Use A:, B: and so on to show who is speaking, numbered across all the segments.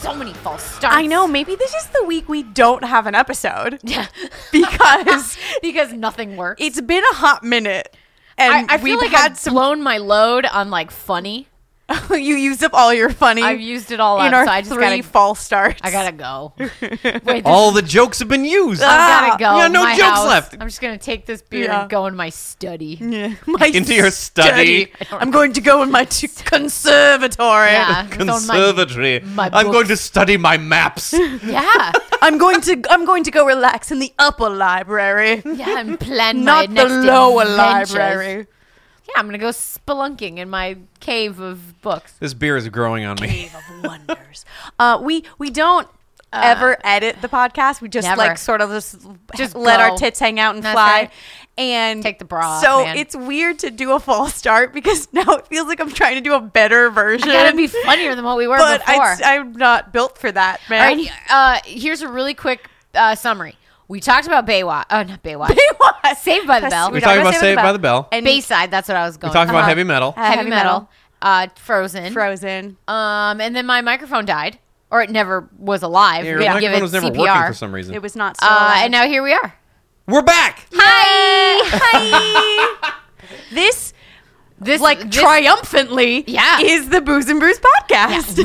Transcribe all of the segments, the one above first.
A: So many false starts.
B: I know. Maybe this is the week we don't have an episode
A: Yeah.
B: because
A: because nothing works.
B: it's been a hot minute, and
A: I, I feel
B: we've
A: like
B: had
A: I've
B: some.
A: blown my load on like funny.
B: you used up all your funny.
A: I've used it all
B: in
A: up,
B: our
A: so I just
B: 3
A: gotta
B: false starts.
A: I gotta go. Wait, this,
C: All the jokes have been used.
A: I
B: Ah,
A: gotta go.
C: You got no
A: My
C: jokes
A: house.
C: left.
A: I'm just gonna take this beer
B: Yeah.
A: and go in my study.
B: Yeah, my
C: Into your study.
B: I'm going to go in my t- conservatory.
A: Yeah, it's on my-
C: Conservatory.
A: my
C: I'm going
A: books.
C: to study my maps.
A: Yeah,
B: I'm going to I'm going to go relax in the upper library,
A: yeah. I'm planning
B: not
A: my
B: the
A: next
B: lower
A: adventures.
B: library.
A: Yeah, I'm gonna go spelunking in my cave of books.
C: this beer is growing on me.
B: Cave of wonders. Uh, we we don't ever edit the podcast. We just
A: Uh, never.
B: like sort of just,
A: Just
B: let
A: go.
B: our tits hang out and
A: That's
B: fly.
A: right.
B: And
A: Take the bra off,
B: So
A: man.
B: it's weird to do a false start because now it feels like I'm trying to do a better version.
A: It's gotta be funnier than what we were
B: but
A: before.
B: I, I'm not built for that,
A: All
B: man.
A: right, uh, here's a really quick uh, summary. We talked about Baywatch. Oh, not Baywatch.
B: Baywatch.
A: Saved by the
B: Yes,
A: Bell.
C: We talked about Saved by the Bell.
B: And
A: Bayside. That's what I was going.
C: We talked about
B: Uh-huh.
C: heavy metal.
B: Uh,
A: heavy,
B: heavy
A: metal.
B: metal.
A: Uh, frozen.
B: Frozen.
A: um, and then my microphone died, or it never was alive.
C: Your
A: we had to give
C: microphone
A: it
C: was never
A: CPR.
C: working for some reason.
B: It was not. Still
A: uh,
B: alive.
A: and now here we are.
C: We're back.
A: Hi.
B: Hi. this
A: this
B: like
A: this-
B: triumphantly
A: Yeah.
B: is the Booze and Brews podcast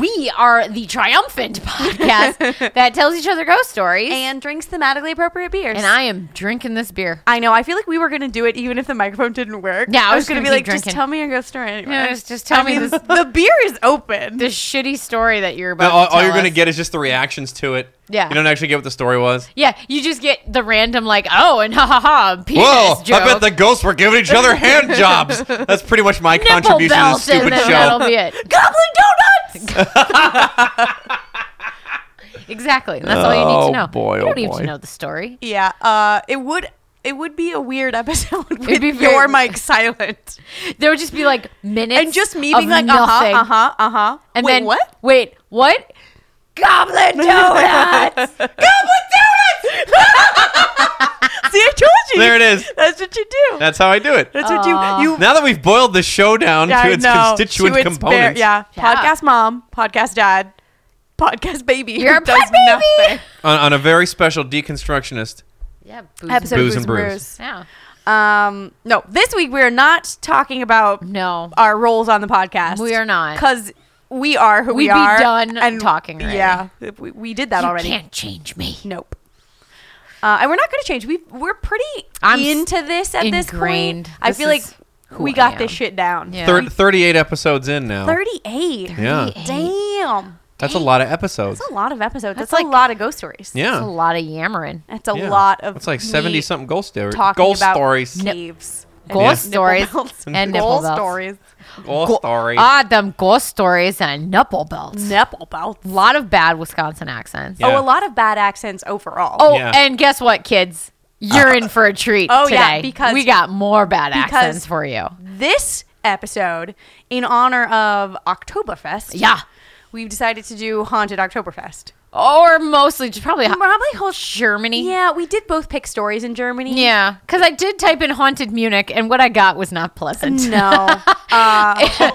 A: We are the triumphant podcast that tells each other ghost stories.
B: and drinks thematically appropriate beers.
A: and I am drinking this beer.
B: I know. I feel like we were gonna do it even if the microphone didn't work.
A: Yeah, I was
B: gonna,
A: gonna
B: be like,
A: keep
B: just
A: drinking.
B: tell me your ghost story anyway.
A: Yeah, just- just tell
B: I
A: me
B: mean,
A: this-
B: the beer is open.
A: This shitty story that you're about.
C: all,
A: to
C: all
A: tell
C: you're gonna
A: us.
C: get is just the reactions to it.
A: Yeah.
C: You don't actually get what the story was.
A: Yeah, you just get the random like, oh, and ha ha ha, penis
C: Whoa!
A: joke.
C: I bet the ghosts were giving each other hand jobs. That's pretty much my
A: Nipple
C: contribution to this
A: belt, and
C: stupid
A: then
C: show.
A: That'll be it.
B: Goblin donuts.
A: Exactly. And that's all you need
C: Oh,
A: to know.
C: boy,
A: you don't
C: oh,
A: need
C: boy.
A: to know the story.
B: yeah. Uh, it would. It would be a weird episode with
A: be very-
B: your mic silent
A: There would just be like minutes
B: and just me
A: of
B: being like, uh
A: nothing.
B: huh, uh huh, uh huh.
A: and
B: Wait,
A: then
B: what?
A: Wait, what? Goblin donuts.
B: See, I told you.
C: There it is.
B: That's what you do.
C: That's how I do it.
B: That's what you you.
C: Now that we've boiled the show down
B: I
C: to its
B: know,
C: constituent
B: to its bare-
C: components,
B: yeah.
A: Yeah.
B: podcast mom, podcast dad, podcast baby. who
A: You're a
B: does
A: pod baby.
B: nothing.
C: on, on a very special deconstructionist.
A: yeah,
B: Episode
C: Booze
B: of
C: and
B: Booze and
C: Brews.
B: Brews.
A: Yeah.
B: Um, no, this week we are not talking about
A: No.
B: our roles on the podcast.
A: We are not.
B: because we are who
A: We'd
B: we
A: be
B: are.
A: done talking already.
B: Yeah, we, we did that
A: You
B: already.
A: can't change me.
B: Nope. Uh, and we're not going to change. We we're pretty
A: I'm s-
B: into this at this point.
A: ingrained.
B: I
A: This
B: feel like
A: is who
B: we
A: I
B: got
A: am.
B: this shit down.
A: Yeah.
C: Thir- 38 episodes in now.
B: Thirty-eight.
C: Yeah.
B: Damn.
C: That's a lot of episodes.
B: That's a lot of episodes. That's,
A: That's
B: a
A: like-
B: lot of ghost stories.
A: That's
C: yeah.
A: a lot of yammering.
B: That's a
C: yeah.
B: lot of.
C: It's like
B: me
C: 70 something ghost stories.
B: talking
C: Ghost
B: about
C: stories.
B: Caves. and
A: Ghost
C: Yeah.
A: stories
B: nipple belts.
A: and nipple
B: Ghost
A: belts.
B: stories.
C: Ghost story.
A: Ah, them ghost stories and nipple belts.
B: Nipple belts.
A: A lot of bad Wisconsin accents.
C: Yeah.
B: Oh, a lot of bad accents overall.
A: Oh,
C: Yeah.
A: and guess what, kids? You're in for a treat
B: Oh,
A: today.
B: yeah, because-
A: we got more bad
B: because-
A: accents for you.
B: This episode, in honor of Oktoberfest,
A: Yeah.
B: we've decided to do haunted Oktoberfest.
A: Or mostly just probably ha-
B: Probably whole
A: Germany.
B: Yeah, we did both pick stories in Germany.
A: Yeah, because I did type in haunted Munich, and what I got was not pleasant.
B: No. Uh,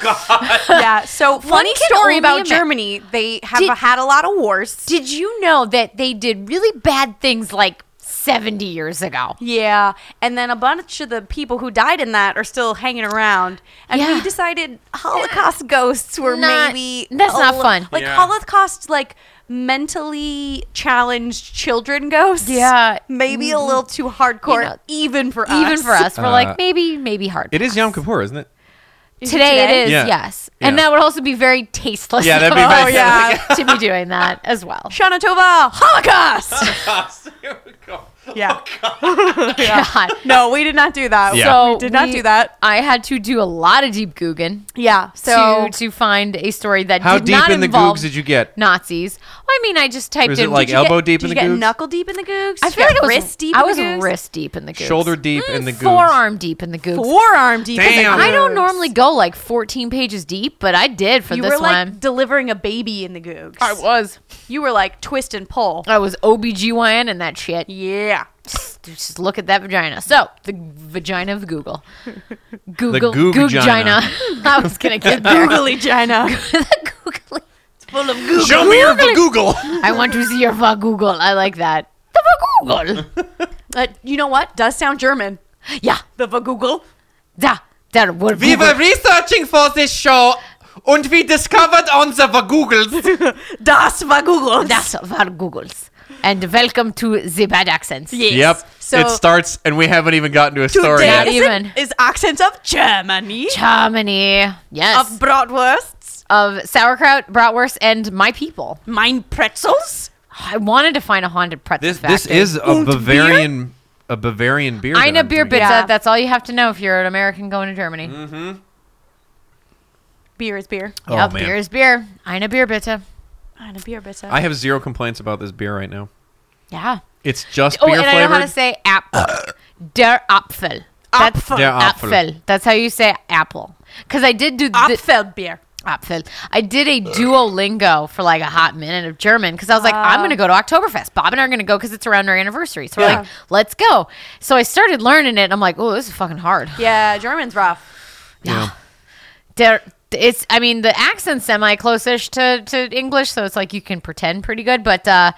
B: yeah. So funny
A: can
B: story
A: only
B: about
A: ima-
B: Germany. They have
A: Did-
B: had a lot of wars.
A: Did you know that they did really bad things like 70 years ago?
B: Yeah, and then a bunch of the people who died in that are still hanging around, and we
A: Yeah.
B: decided Holocaust ghosts were
A: Not-
B: maybe
A: that's
B: a
A: not
B: li-
A: fun.
B: Like
C: Yeah.
B: Holocaust, like mentally challenged children ghosts.
A: Yeah.
B: maybe a little too hardcore,
A: You know,
B: even for us.
A: Even for us, we're
C: Uh,
A: like maybe, maybe hard.
C: It is Yom Kippur, isn't it?
B: Is it
A: today,
B: today?
A: it is
C: Yeah.
A: yes, and
C: Yeah.
A: that would also be very tasteless.
C: Yeah, that'd be
A: of
C: very
A: us
B: Oh, yeah.
A: to be doing that as well.
B: Shana Tova, Holocaust.
C: Holocaust. Here we go.
B: Yeah.
A: God.
B: No, we did not do that.
C: Yeah.
A: So
B: we did not
A: we-
B: do that.
A: I had to do a lot of deep googing
B: Yeah. So
A: to to find a story that
C: How
A: did
C: deep
A: not
C: in the
A: involve
C: Googs did you get?
A: Nazis. I mean, I just typed
C: Or is
A: in
C: it like
A: did you get-
C: elbow deep
B: did
C: in
B: you
C: the
B: get
C: Googs?
B: knuckle deep in the googs?
A: I
B: Did
A: feel
B: you
A: like
B: get
A: I was
B: wrist deep.
A: I
B: in
A: was
B: the googs?
A: wrist deep in the googs. Mm,
C: Shoulder deep in the Googs.
A: Forearm deep in the googs.
B: forearm deep. in the
C: Damn.
A: I don't
B: googs.
A: normally go like 14 pages deep, but I did for
B: You
A: this
B: were like
A: one.
B: delivering a baby in the googs.
A: was.
B: You were like twist and pull.
A: I was OBGYN and that shit.
B: Yeah.
A: Just, just look at that vagina. So, the vagina of Google. Google.
C: Goog
A: Googina. I was going to get there.
B: Googly Gina.
A: the Googly.
B: Full of goog.
C: Show me your Google.
A: I want to see your Google. I like that. The Google.
B: Uh, you know what? Does sound German.
A: Yeah.
B: The Google.
A: Da. That word.
C: We
A: Google.
C: were researching for this show, and we discovered on the Googles.
B: Das war Google.
A: Das war Googles. And welcome to the bad accents.
B: Yes.
C: Yep.
B: So
C: it starts, and we haven't even gotten to a story
A: Not
C: yet.
B: today
A: even.
B: is, is accents of Germany
A: Germany. Yes.
B: of bratwursts,
A: of sauerkraut, bratwurst, and my people.
B: mine pretzels.
A: I wanted to find a haunted pretzel.
C: This this
A: factory.
C: is a Bavarian a Bavarian beer. that
A: Eine
C: I'm
A: Beer
C: drinking.
A: Bitze.
B: Yeah.
A: That's all you have to know if you're an American going to Germany.
C: Mm-hmm.
B: Beer is beer.
C: Oh,
A: yep,
C: man.
A: beer is beer. Eine Beer Bitte.
B: And a beer bitter.
C: I have zero complaints about this beer right now.
A: Yeah.
C: It's just
A: Oh,
C: beer
A: and I know
C: flavored.
A: how to say apple. Der Apfel. That's
B: Apfel.
C: Der Apfel.
A: apfel. That's how you say apple. Because I did do the,
B: Apfel beer.
A: Apfel. I did a Duolingo for like a hot minute of German because I was like, I'm going to go to Oktoberfest. Bob and I are going to go because it's around our anniversary. So we're
B: Yeah.
A: like, let's go. So I started learning it. And I'm like, oh, this is fucking hard.
B: Yeah, German's rough.
C: yeah.
A: There, it's. I mean, the accent's semi close-ish to to English, so it's like you can pretend pretty good. But uh,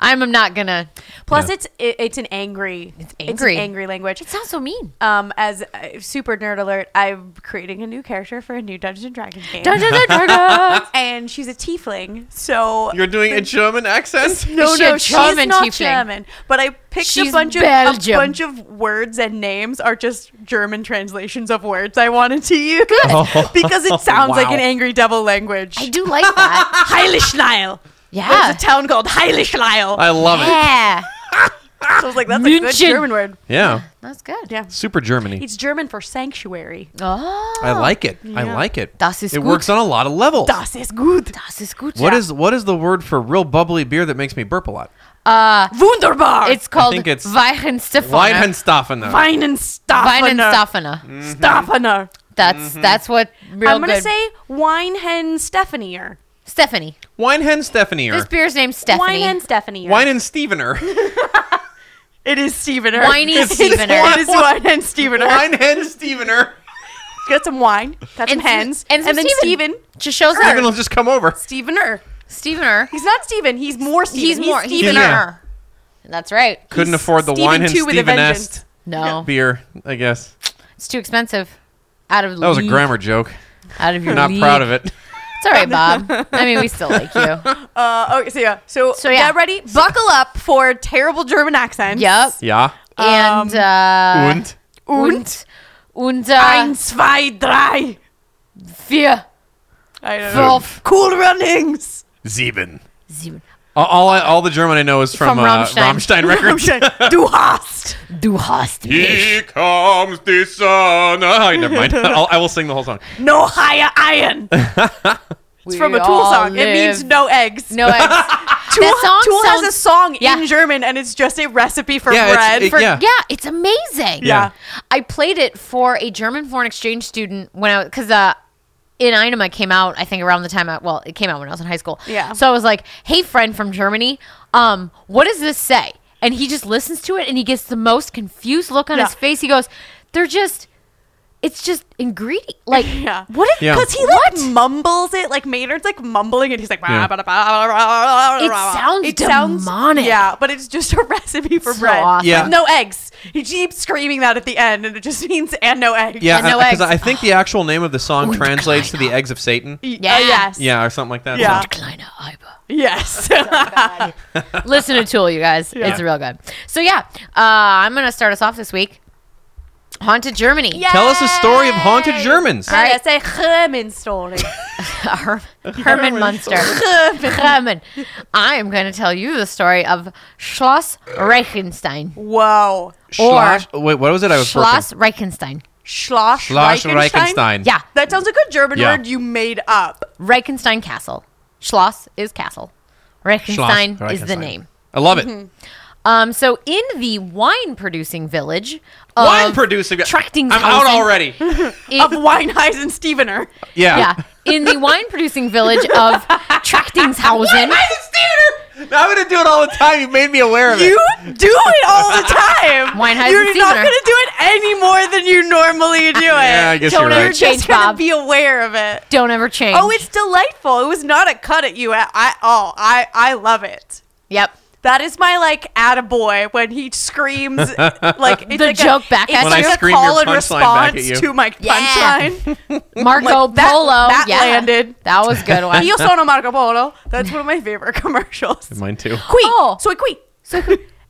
A: I'm not gonna.
B: Plus,
C: Yeah.
B: it's it, it's an angry. It's
A: angry.
B: an angry language.
A: It sounds so mean.
B: um, as uh, super nerd alert, I'm creating a new character for a new Dungeons and Dragons game,
A: Dun, dun, dun, dun, dun.
B: and she's a tiefling. So
C: You're doing a German accent?
B: No,
A: Is she
B: no,
A: a
B: she's
A: German
B: not
A: tiefling?
B: German. But I picked
A: She's
B: a bunch of a
A: Belgium.
B: bunch of words and names are just German translations of words I wanted to use because it sounds like
C: Oh. Wow.
B: an angry devil language.
A: I do like that.
B: Heilischleil. There's
A: Yeah.
B: a town called Heilischleil.
C: I love it.
A: Yeah,
B: so I was like, that's a good
A: München.
B: German word.
C: Yeah.
A: that's good.
B: Yeah.
C: Super Germany.
B: It's German for sanctuary.
A: Oh,
C: I like it. I like it.
A: Das ist
C: it
A: gut.
C: works on a lot of levels.
B: Das ist gut.
A: Das ist gut.
C: What is what is the word for real bubbly beer that makes me burp a lot?
A: Uh,
B: Wunderbar.
A: it's called
C: think it's-
A: Weihenstephaner.
C: Weihenstephaner.
B: Weinenstafener.
A: Weihenstephaner.
B: Mm-hmm. Stafener.
A: That's that's what real
B: I'm going to
A: good.
B: say Weinhen Stephanier.
A: Stephanie. This
C: Weinhenstephaner.
A: beer's named Stephanie.
B: Weinhen Stephanier.
C: Wine and Stevener.
B: It is Stevener.
A: Whiny
B: It's-
A: Stevener.
B: It is wine and Stevener.
C: Wine and Stevener.
B: Got some wine. Got some
A: And some-
B: hens.
A: and some
B: then
A: Steven.
B: Steven.
A: Just shows
C: Steven
A: her.
C: will just come over.
B: Stevener.
A: Stevener.
B: He's not Steven. He's more Steven.
A: He's more. He's
B: Stevener.
C: Stevener. Yeah.
A: her. That's right.
C: Couldn't
B: He's
C: afford the
B: Steven
C: wine and
B: too with a
C: Steven-est
A: No,
C: beer, I guess.
A: it's too expensive. Out of
C: That was a
A: league.
C: grammar joke.
A: Out of your
C: You're not
A: league.
C: proud of it.
A: It's all right, Bob. I mean, we still like you.
B: Uh, okay, so yeah. So,
A: So, yeah.
B: get ready. Buckle up for terrible German accents.
A: Yep.
C: Yeah.
B: Um,
A: And uh,
C: und?
A: und und uh,
B: Ein, zwei, drei.
A: vier
B: I don't know.
A: fünf
B: Cool runnings.
C: Sieben.
A: sieben.
C: All, all, I, all the German I know is from,
A: From
C: uh,
A: Rammstein.
C: Rammstein records.
B: du hast.
A: Du hast mich.
C: Here comes the sun. Oh, never mind. I'll, I will sing the whole song.
B: No higher iron. It's from a Tool song. It means no eggs.
A: no. Ex- that song
B: Tool has a
A: sounds-
B: song
A: Yeah.
B: in German, and it's just a recipe for
C: Yeah, it's-
B: bread.
C: it-
B: for,
C: yeah.
A: yeah. it's amazing.
C: Yeah.
A: I played it for a German foreign exchange student when I because uh in Einema came out I think around the time I, well it came out when I was in high school.
B: Yeah.
A: So I was like, hey friend from Germany, um, what does this say? And he just listens to it and he gets the most confused look on
B: Yeah.
A: his face. He goes, they're just. It's just ingredient. Like,
B: Yeah.
A: what is
C: Yeah.
B: Because he like mumbles it, like Maynard's like mumbling, and he's like,
C: Yeah.
B: "Bah, bah, bah, bah, bah, bah,
A: It
B: bah."
A: sounds demonic.
B: yeah, but it's just a recipe for
A: So
B: bread.
A: awesome.
C: Yeah.
B: With no eggs. He keeps screaming that at the end, and it just means and no eggs.
C: Yeah,
A: And no
C: because I,
A: eggs.
C: think the actual name of the song
A: Und
C: translates to the
A: keiner.
C: eggs of Satan.
B: Y- uh,
A: Yeah.
B: yes.
C: Yeah, or something like that.
B: Yeah.
C: So-
A: Kleiner Eiber.
B: Yes.
A: Listen to Tool, you guys. It's real good. So yeah, uh, I'm gonna start us off this week. Haunted Germany.
C: Tell us a story of haunted Germans.
B: All right, say German story.
A: Her- Herman Munster. Herman. I am going to tell you the story of Schloss Reichenstein.
B: Whoa.
C: Schloss- wait, what was it? I was
A: Schloss Reichenstein.
B: Schloss,
C: Schloss
B: Reichenstein?
C: Reichenstein.
A: Yeah.
B: That sounds like a German
C: Yeah.
B: word you made up.
A: Reichenstein Castle. Schloss is castle. Reichenstein
C: Schloss
A: is the
C: Reichenstein.
A: name.
C: I love it.
A: Um, so in the wine producing village, of
C: Wine producing.
A: Trachtingshausen-
C: I'm out already. Oh,
A: it-
B: Of Weinheis and Stevener.
C: Yeah.
A: yeah, in the wine producing village of Trachtingshausen.
C: Theater. Now I'm gonna do it all the time. You made me aware of
B: You
C: it.
B: do it all the time.
A: Weinheis
B: You're
A: and
B: not
A: Stevener.
B: going to do it any more than you normally do it.
C: Yeah, I guess you're
A: Don't ever
C: right.
B: You're just
A: change,
B: going to
A: Bob.
B: be aware of it.
A: Don't ever change.
B: Oh, it's delightful. It was not a cut at you at, at all. I, I love it.
A: yep.
B: That is my like attaboy when he screams like it's
A: The
B: like
A: joke
B: a,
A: back
B: it's
A: at you.
B: like
A: When I
B: a
C: scream your
B: call and
C: punchline back at
B: response
C: you.
B: to my
A: Yeah.
B: punchline.
A: Marco
B: Like, that-
A: Polo.
B: that
A: yeah.
B: landed.
A: That was a good one.
B: Io sono Marco Polo. That's one of my favorite commercials.
C: Mine too.
B: Qui,
A: Oh.
B: soy qui.
A: So,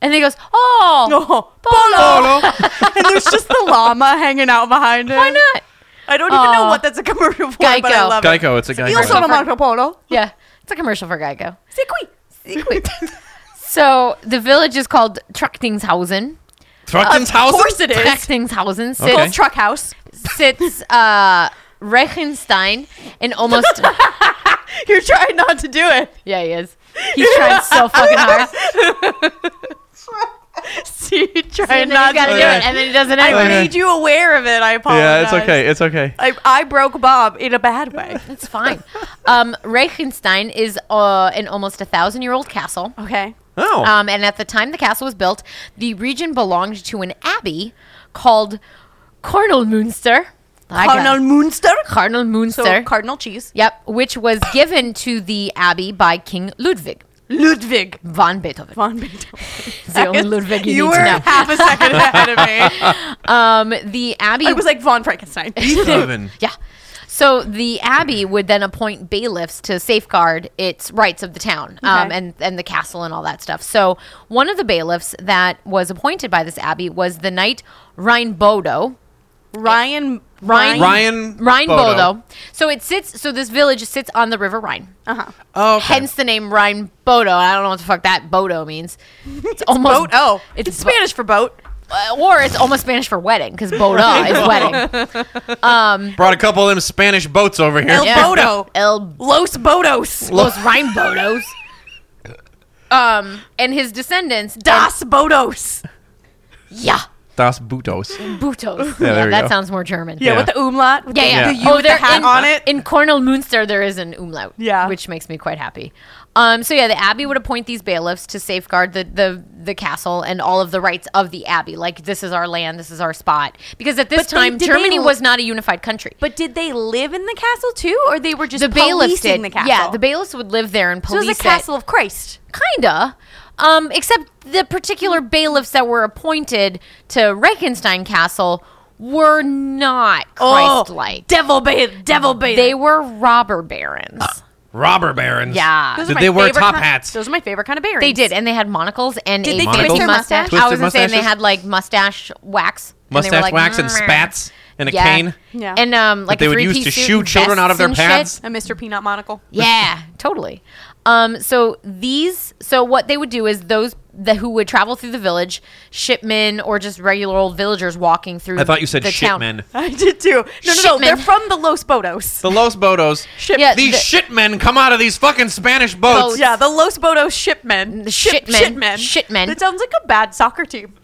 A: and he goes, oh,
B: No, Polo. and there's just the llama hanging out behind him.
A: why not?
B: I don't even know
A: Aw.
B: what that's a commercial for, but I
A: Geico.
B: love it.
C: Geico. It's a
B: Io
C: Geico.
B: sono Marco Polo.
A: Yeah, it's a commercial for Geico.
B: Sei qui.
A: So the village is called Trachtingshausen.
B: Of course it is.
A: Trachtingshausen sits,
C: Okay.
B: Truck house.
A: sits uh, Reichenstein and almost.
B: You're trying not to do it.
A: yeah, he is. He's trying so fucking hard.
B: See, you're
A: And,
B: trying
A: then he's
B: not to
A: got to
B: do
A: do
B: it.
A: it. And then he doesn't
B: I
A: anyway.
B: made you aware of it. I apologize.
C: Yeah, it's okay. It's okay.
B: I, I broke Bob in a bad way.
A: It's fine. Um, Reichenstein is uh, an almost a thousand year old castle.
B: Okay.
C: Oh.
A: Um, and at the time the castle was built, the region belonged to an abbey called Kornelmünster. I got-
B: Cardinal Munster.
A: Cardinal
B: So
A: Munster.
B: Cardinal Cheese.
A: yep, which was given to the abbey by King Ludwig
B: Ludwig
A: von Beethoven.
B: von Beethoven.
A: It's the only Ludwig you,
B: you
A: need
B: were
A: to know.
B: half a second ahead of me.
A: Um, the abbey
B: I was like von Frankenstein.
C: Beethoven.
A: Yeah. So the abbey would then appoint bailiffs to safeguard its rights of the town um,
B: Okay.
A: and and the castle and all that stuff. So one of the bailiffs that was appointed by this abbey was the knight Rhinebodo.
B: Ryan.
A: Rhine,
C: Ryan
A: Rhinebodo.
C: Bodo.
A: So it sits. So this village sits on the River Rhine.
B: Uh-huh.
C: Oh. okay.
A: Hence the name Rhinebodo. I don't know what the fuck that Bodo means. It's almost
B: Boat. Oh,
A: It's
B: it's, Spanish for boat.
A: uh, or it's almost Spanish for wedding because Bodo is wedding.
C: Brought a couple of them Spanish boats over here.
B: El Bodo.
A: El
B: Los Bodos.
A: Los Rhinebodos. Um, and his descendants.
B: Das Bodos.
A: and- yeah.
C: Das Butos.
A: Butos.
C: Yeah,
A: Yeah,
C: there you
A: that
C: go.
A: sounds more German.
B: Yeah,
C: Yeah.
B: with the umlaut. With
A: Yeah,
B: the,
A: yeah.
B: The U with Oh, the
A: there-
B: hat
A: in,
B: on it.
A: In Kornelmünster, there is an umlaut.
B: Yeah.
A: Which makes me quite happy. Um, so yeah, the abbey would appoint these bailiffs to safeguard the, the the castle and all of the rights of the abbey. Like this is our land, this is our spot. Because at this
B: But they-
A: time,
B: did they
A: Germany
B: l-
A: was not a unified country.
B: But did they live in the castle too, or they were just
A: the bailiffs
B: policing
A: did.
B: the castle?
A: Yeah, the bailiffs would live there and
B: So
A: police
B: it was a castle of Christ.
A: kinda. Um, except the particular bailiffs that were appointed to Reichenstein Castle were not
B: Oh,
A: Christ-like.
B: devil bailiff, devil bailiff.
A: they were robber barons.
C: Robber barons.
A: Yeah. Those
B: are
C: Did
B: my
C: they wear
B: favorite
C: top
B: kind-
C: hats?
B: Those are my favorite kind of barons.
A: They did, and they had monocles and
B: Did
A: a
B: they
A: twisty
C: twist their
A: mustache.
B: mustache?
A: I
C: Twisted
A: was gonna say, and they
C: mustaches?
A: had like mustache wax, and they were
C: Mustache
A: like,
C: wax and
A: "Mwah."
C: spats and a
A: Yeah.
C: cane.
B: Yeah.
A: and um, like
C: they
A: a
C: would use
A: three-piece
C: to
A: suit
C: shoo
A: and
C: children out of
A: vests
C: their
A: and
C: pads.
A: shit.
B: A Mr. Peanut monocle.
A: Yeah, totally. Um, so these, so what they would do is those that who would travel through the village, shipmen or just regular old villagers walking through.
C: I thought you said
A: the town.
C: shitmen.
B: I did too. No, no, no.
A: Shipmen.
B: They're from the Los Bodos.
C: The Los Bodos.
B: Ship.
A: Yeah,
C: These
A: the-
C: shitmen come out of these fucking Spanish boats.
A: Boats.
B: Yeah, the Los Bodos Oh, shipmen.
A: The
B: Ship-
A: shitmen.
B: Shitmen.
A: Shitmen.
B: That sounds like a bad soccer team.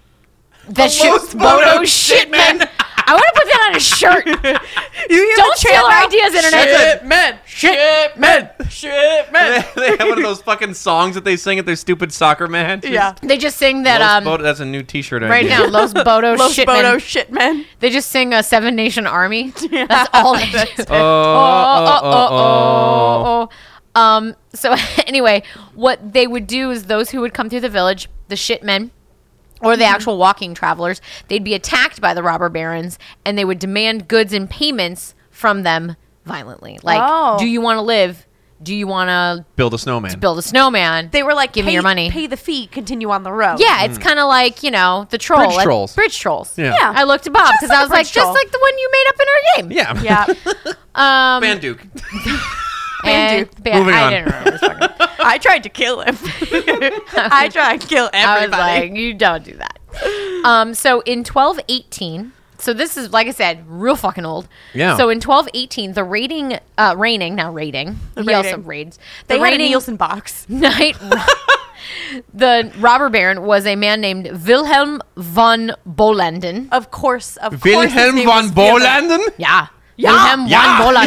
A: The ship,
C: Los Bodos shitmen.
A: I want to put that on a shirt.
B: You hear
A: Don't
B: the
A: steal our
B: channel?
A: ideas, internet.
B: Shipmen. Shipmen.
C: they
B: Shipmen.
C: they have one of those fucking songs that they sing at their stupid soccer match.
B: Yeah.
A: They just sing that
C: Los
A: um
C: Bodo- that's a new T-shirt.
A: right
C: idea.
A: now, Los Bodos
B: Los
A: shitmen.
B: Bodos shitmen.
A: They just sing a Seven Nation Army. That's all. They do.
C: Oh, oh, oh, oh, oh.
A: oh, oh. Um, so anyway, what they would do is those who would come through the village, the shitmen, or
B: Mm-hmm.
A: the actual walking travelers, they'd be attacked by the robber barons, and they would demand goods and payments from them violently. Like,
B: Oh.
A: do you want to live? Do you want to
C: Build a snowman.
A: build a snowman?
B: They were like,
A: Give me
B: pay-
A: your money.
B: Pay the fee, continue on the road.
A: yeah, it's kind of like you know the troll,
C: Mm. Bridge
A: like-
C: trolls.
A: bridge trolls.
C: Yeah.
B: Yeah.
A: I looked at Bob because
B: like
A: I
B: a
A: was like,
B: bridge
A: just
B: troll.
A: like the one you made up in our game.
C: Yeah.
B: Yeah.
A: Um,
C: Man Duke.
A: and
B: Bandu.
A: Ban-
C: Moving
A: I
C: on.
A: didn't remember. his fucking name.
B: I tried to kill him. I tried to kill
A: I was
B: everybody.
A: like, you don't do that. Um, so in 1218, so this is like I said, real fucking old.
C: Yeah.
A: So in 1218, the raiding, uh, reigning now raiding. he also
B: raiding.
A: raids. The
B: they had a
A: reigning
B: Nielsen box.
A: knight. the robber baron was a man named Wilhelm von Bolanden.
B: Of course, of course. his
C: Wilhelm
B: name
C: von
B: was Wilhelm.
C: Bolanden?
A: Yeah. Wilhelm
C: Yeah.
A: von Bolanden.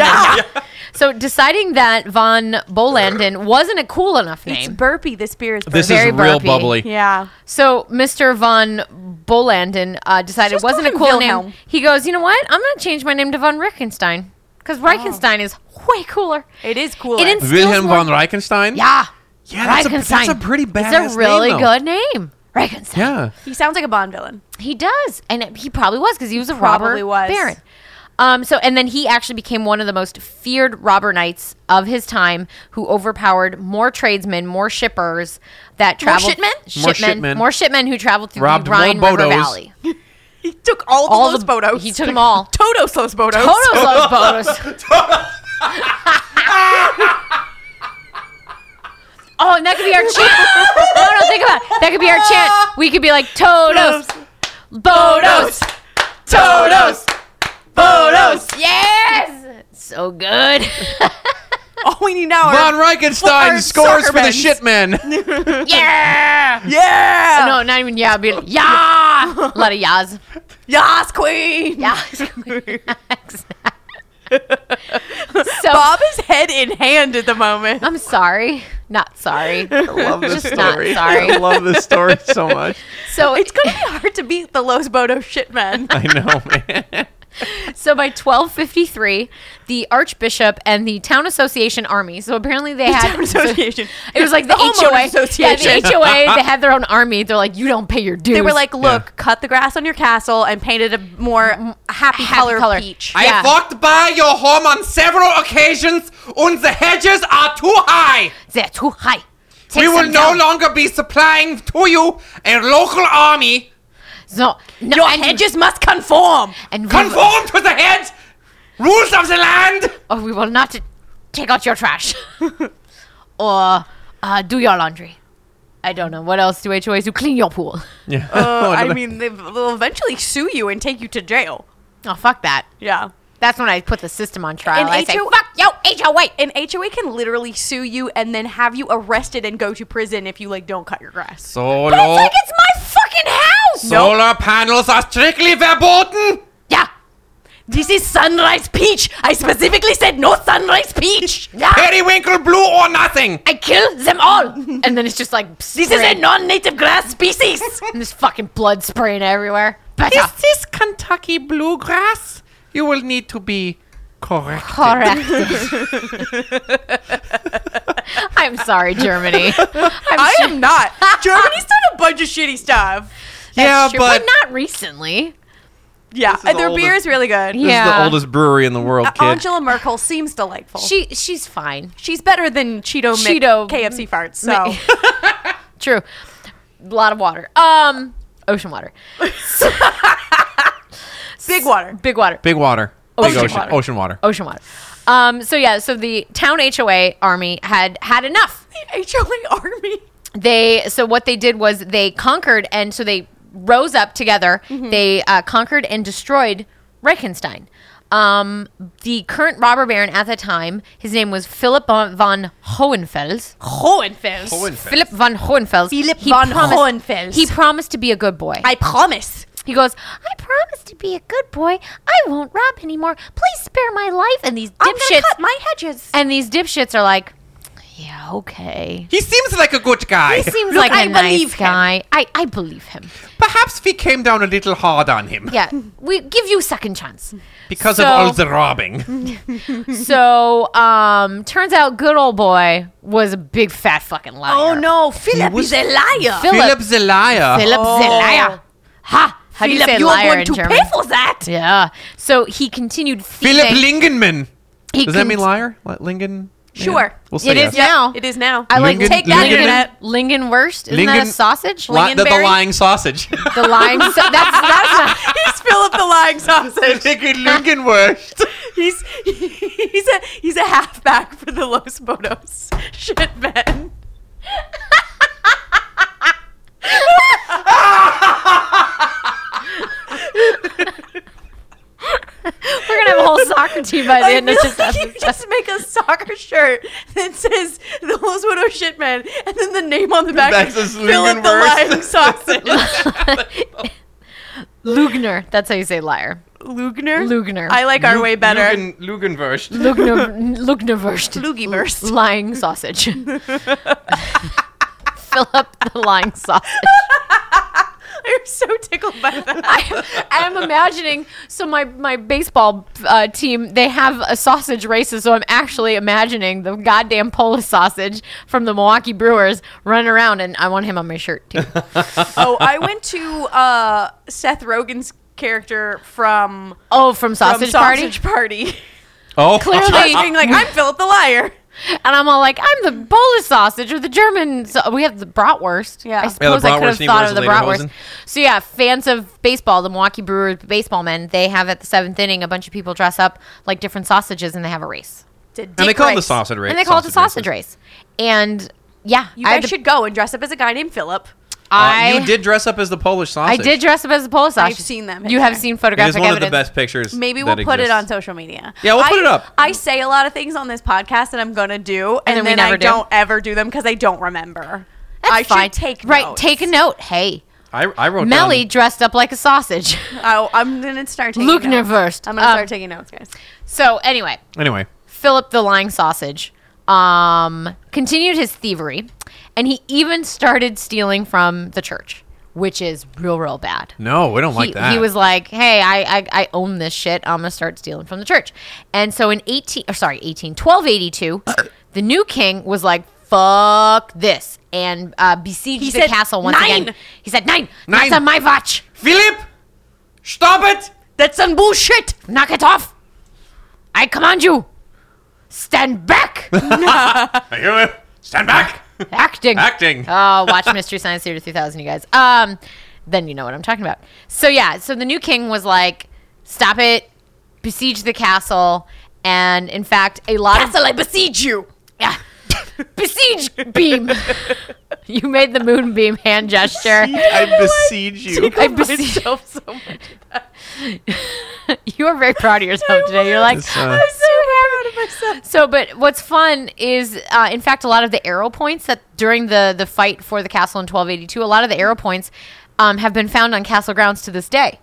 B: Yeah.
A: So deciding that von Bolanden wasn't a cool enough
B: It's
A: name.
B: burpy. This beer is burpy.
C: This
A: Very
C: is real
A: burpy.
C: bubbly.
B: yeah.
A: So Mr. Von Bolanden uh, decided it
B: Just
A: wasn't a
B: call him
A: cool
B: Wilhelm.
A: name. He goes, you know what? I'm going to change my name to Von Reichenstein because
C: Oh.
A: Reichenstein is way cooler.
B: It is cool.
A: It instills
C: Wilhelm
A: more-
C: von Reichenstein?
A: Yeah.
C: Yeah, that's a- that's a pretty
A: It's
C: badass
A: a really
C: name, though.
A: good name. Reichenstein.
C: Yeah.
B: he sounds like a Bond villain.
A: He does, and it- he probably was because he was a
B: Probably
A: robber
B: was.
A: baron. Um, so, and then he actually became one of the most feared robber knights of his time, who overpowered more tradesmen, more shippers that traveled,
B: shipmen?
C: More
A: shipmen,
C: shipmen.
A: more shipmen who traveled through
C: Robbed
A: the
C: more
A: Rhine River
C: bodos.
A: Valley.
B: He took all the
A: All
B: Los
A: the-
B: Bodos.
A: he took 'em all.
B: Todos Los Bodos.
A: Todos los bodos. oh, and that could be our chant. No, no, think about it. That could be our chant. We could be like Todos, bodos,
B: Todos. Bodos.
A: yes, so good.
B: All we need now
C: Von
B: are
C: Reichenstein
B: Or
C: scores
B: soccer
C: for the
B: bands.
C: shit men.
A: yeah. Oh,
B: yeah.
A: No, not even yeah. I'd Be like, yeah. A lot of yas.
B: Yas Queen.
A: Yeah. so
B: Bob is head in hand at the moment.
A: I'm sorry, not sorry.
C: love this
A: Just not story. sorry. I
C: love this story so much.
A: So
B: It's gonna be hard to beat the Los Bodos shit men.
C: I know, man.
A: So by 1253, the archbishop and the town association army. So apparently they had
B: Town association.
A: It was like the,
B: homeowners
A: HOA. Yeah,
B: association.
A: the HOA. They had their own army. They're like, you don't pay your dues.
B: They were like, look, cut the grass on your castle and painted a more Mm-hmm. happy,
A: Happy
B: color,
A: color.
B: peach.
C: I
A: Yeah.
C: have walked by your home on several occasions, and the hedges are too high.
A: they're too high. Take
C: we will
A: some
C: no
A: down.
C: longer be supplying to you a local army.
A: So, no,
B: Your
A: and-
B: hedges must conform.
A: and we,
C: Conform to the head rules of the land.
A: oh, we will not take out your trash or uh, do your laundry. I don't know what else do HOAs do. Clean your pool.
C: Yeah.
B: Uh, I mean, they- they'll eventually sue you and take you to jail.
A: Oh fuck that.
B: Yeah.
A: That's when I put the system on trial.
B: An
A: I say,
B: HOA
A: fuck yo HOA.
B: An HOA can literally sue you and then have you arrested and go to prison if you like don't cut your grass.
C: Solar,
A: But it's like it's my fucking house.
C: solar panels are strictly verboten.
A: Yeah.
B: This is sunrise peach. I specifically said no sunrise peach.
A: Yeah.
C: Periwinkle blue or nothing.
A: I kill them all. and then it's just like this
B: non-native grass species.
A: and this fucking blood spraying everywhere. Better.
C: Is this Kentucky bluegrass? You will need to be correct.
A: Correct. I'm sorry, Germany. I'm
B: I
A: sure-
B: am not. Germany's done a bunch of shitty stuff.
A: that's
C: yeah,
A: true,
C: but
A: not recently.
B: Yeah,
C: is the
B: their beer
C: oldest-
B: is really good.
A: This is the Yeah. oldest
C: brewery in the world,
B: Uh, Angela Merkel seems delightful.
A: She she's fine.
B: she's better than Cheeto, Mc-
A: Cheeto
B: KFC farts. So
A: True. A lot of water. Um ocean water.
B: big water.
A: Big water.
C: Big water.
A: Ocean
C: Big ocean.
A: water. Oh,
C: Ocean water.
A: Ocean water. Um, so yeah, so the town HOA army had had enough.
B: HOA army.
A: They so what they did was they conquered and so they rose up together.
B: Mm-hmm.
A: They uh, conquered and destroyed Reichenstein. Um, the current robber baron at the time, his name was Philip von, von Hohenfels.
B: Hohenfels.
A: Philip von Hohenfels.
B: Philip von Hohenfels.
A: He promised to be a good boy.
B: I promise.
A: He goes, I promise to be a good boy. I won't rob anymore. Please spare my life. And these
B: I'm gonna
A: dipshits,
B: cut my hedges.
A: and these dipshits are like, yeah, okay.
C: He seems like a good guy.
A: He seems
B: Look,
A: like a
B: I
A: nice
B: believe him.
A: guy. I, I believe him.
C: Perhaps we came down a little hard on him
A: Yeah, we give you second chance.
C: because
A: So-
C: of all the robbing.
A: So, um, turns out good old boy was a big fat fucking liar.
B: Oh no, Philip
C: was-
B: is a liar.
A: Philip,
C: Philip
A: Philip,
C: the liar.
A: the liar. Ha! Oh. How do you say
B: Philip, you are
A: liar
B: going
A: in
B: to
A: German?
B: pay for that.
A: yeah. So he continued
C: Philip
A: thieving-
C: Lingenman.
A: he
C: Does that
A: con-
C: mean liar? Li- Lingen?
B: Sure.
D: We'll
A: It
D: say
A: is
D: yes.
A: now.
B: It is now.
A: I like
D: Lingen-
A: take that
D: Lingen-
A: internet. Lingenwurst isn't that a
C: Lingen-
A: sausage?
C: Li- the, the
A: Lingonberry?
C: lying sausage.
A: The lying. So that's that's not.
B: He's Philip the lying sausage.
C: Lingenwurst.
B: He's he's a he's a halfback for the Los Bonos shit men.
A: We're gonna have a whole soccer team by the
B: I
A: end of
B: feel
A: this
B: like you
A: episode.
B: just make a soccer shirt that says the Los Bonos shit men, and then the name on the back
C: back
B: is
C: says
B: Philip the
C: Lingenwurst.
B: lying sausage.
A: Lugner. That's how you say liar.
B: Lugner.
A: Lugner.
B: I like our way better.
C: Lugen, Lugenwurst.
A: Lugner. Lugnerwurst.
B: Lugimerst.
A: Lying sausage. Philip the lying sausage.
B: I'm so tickled by that.
A: I, I'm imagining. So my my baseball uh, team they have a sausage races. So I'm actually imagining the goddamn Polish sausage from the Milwaukee Brewers running around, and I want him on my shirt too.
B: oh, I went to uh, Seth Rogen's character from,
A: Oh, from
B: from
A: Sausage,
B: Sausage
A: Party.
B: Party.
C: Oh,
A: Clearly-
B: Just being like, I'm Philip the liar.
A: And I'm all like, I'm the Polish sausage or the German. So we have the bratwurst.
B: Yeah. Yeah,
A: I
B: the
A: suppose I could have
C: bratwurst and
A: thought of the
C: Lederhosen.
A: bratwurst. So yeah, fans of baseball, the Milwaukee Brewers baseball men, they have at the seventh inning a bunch of people dress up like different sausages and they have a race.
C: and they call it the sausage race.
A: and they call it the sausage race. And yeah,
B: You guys
A: had to-
B: should go and dress up as a guy named Philip.
A: I
C: Uh, you did dress up as the Polish
A: I
C: sausage.
A: did dress up as a Polish sausage.
B: seen that
A: You have
B: picture.
A: seen
C: It is
A: photographic
C: one
A: evidence.
C: of the best pictures.
B: Maybe we'll
C: that
B: put it
C: exists.
B: on social media.
C: Yeah, we'll put
B: I-
C: it up.
B: I say a lot of things on this podcast that I'm gonna do, and,
A: then we
B: then, I
A: never do.
B: don't ever do them because I don't remember.
A: That's
B: I
A: fine.
B: should take
A: right.
B: notes.
A: Take a note. Hey,
C: I, I wrote
A: Melly
C: down-
A: dressed up like a sausage.
B: I, I'm gonna start taking
A: Look
B: notes.
A: nervous.
B: I'm gonna
A: Um,
B: start taking notes, guys.
A: so anyway,
C: Anyway,
A: Philip the lying sausage um, continued his thievery, and he even started stealing from the church, which is real, real bad.
C: no, we don't
A: he,
C: like that.
A: he was like, "Hey, I, I I own this shit. I'm gonna start stealing from the church." And so in 18, or sorry, 18, 1282, the new king was like, "Fuck this," and uh, besieged
B: He
A: the
B: said,
A: castle once
B: "Nine!"
A: again. He said, nine,
C: Nine.
A: That's on my watch.
C: Philip, stop it!
B: That's some bullshit.
A: Knock it off! I command you, stand back,
C: Are you- uh, Stand back.
A: acting,
C: Acting.
A: Oh, watch Mystery Science Theater 3000, you guys. Um, then you know what I'm talking about. So yeah, so the new king was like, "Stop it, besiege the castle," and in fact, a lot
B: Castle,
A: of
B: I besiege you.
A: yeah, besiege beam. you made the moonbeam hand gesture.
C: I besiege you.
A: I besiege.
B: Myself so much.
A: You are very proud of yourself today. You're like,
C: It's, uh,
A: I'm so
B: Proud of myself.
A: So, but what's fun is, uh, in fact, a lot of the arrow points that during the the fight for the castle in 1282, a lot of the arrow points um, have been found on castle grounds to this day,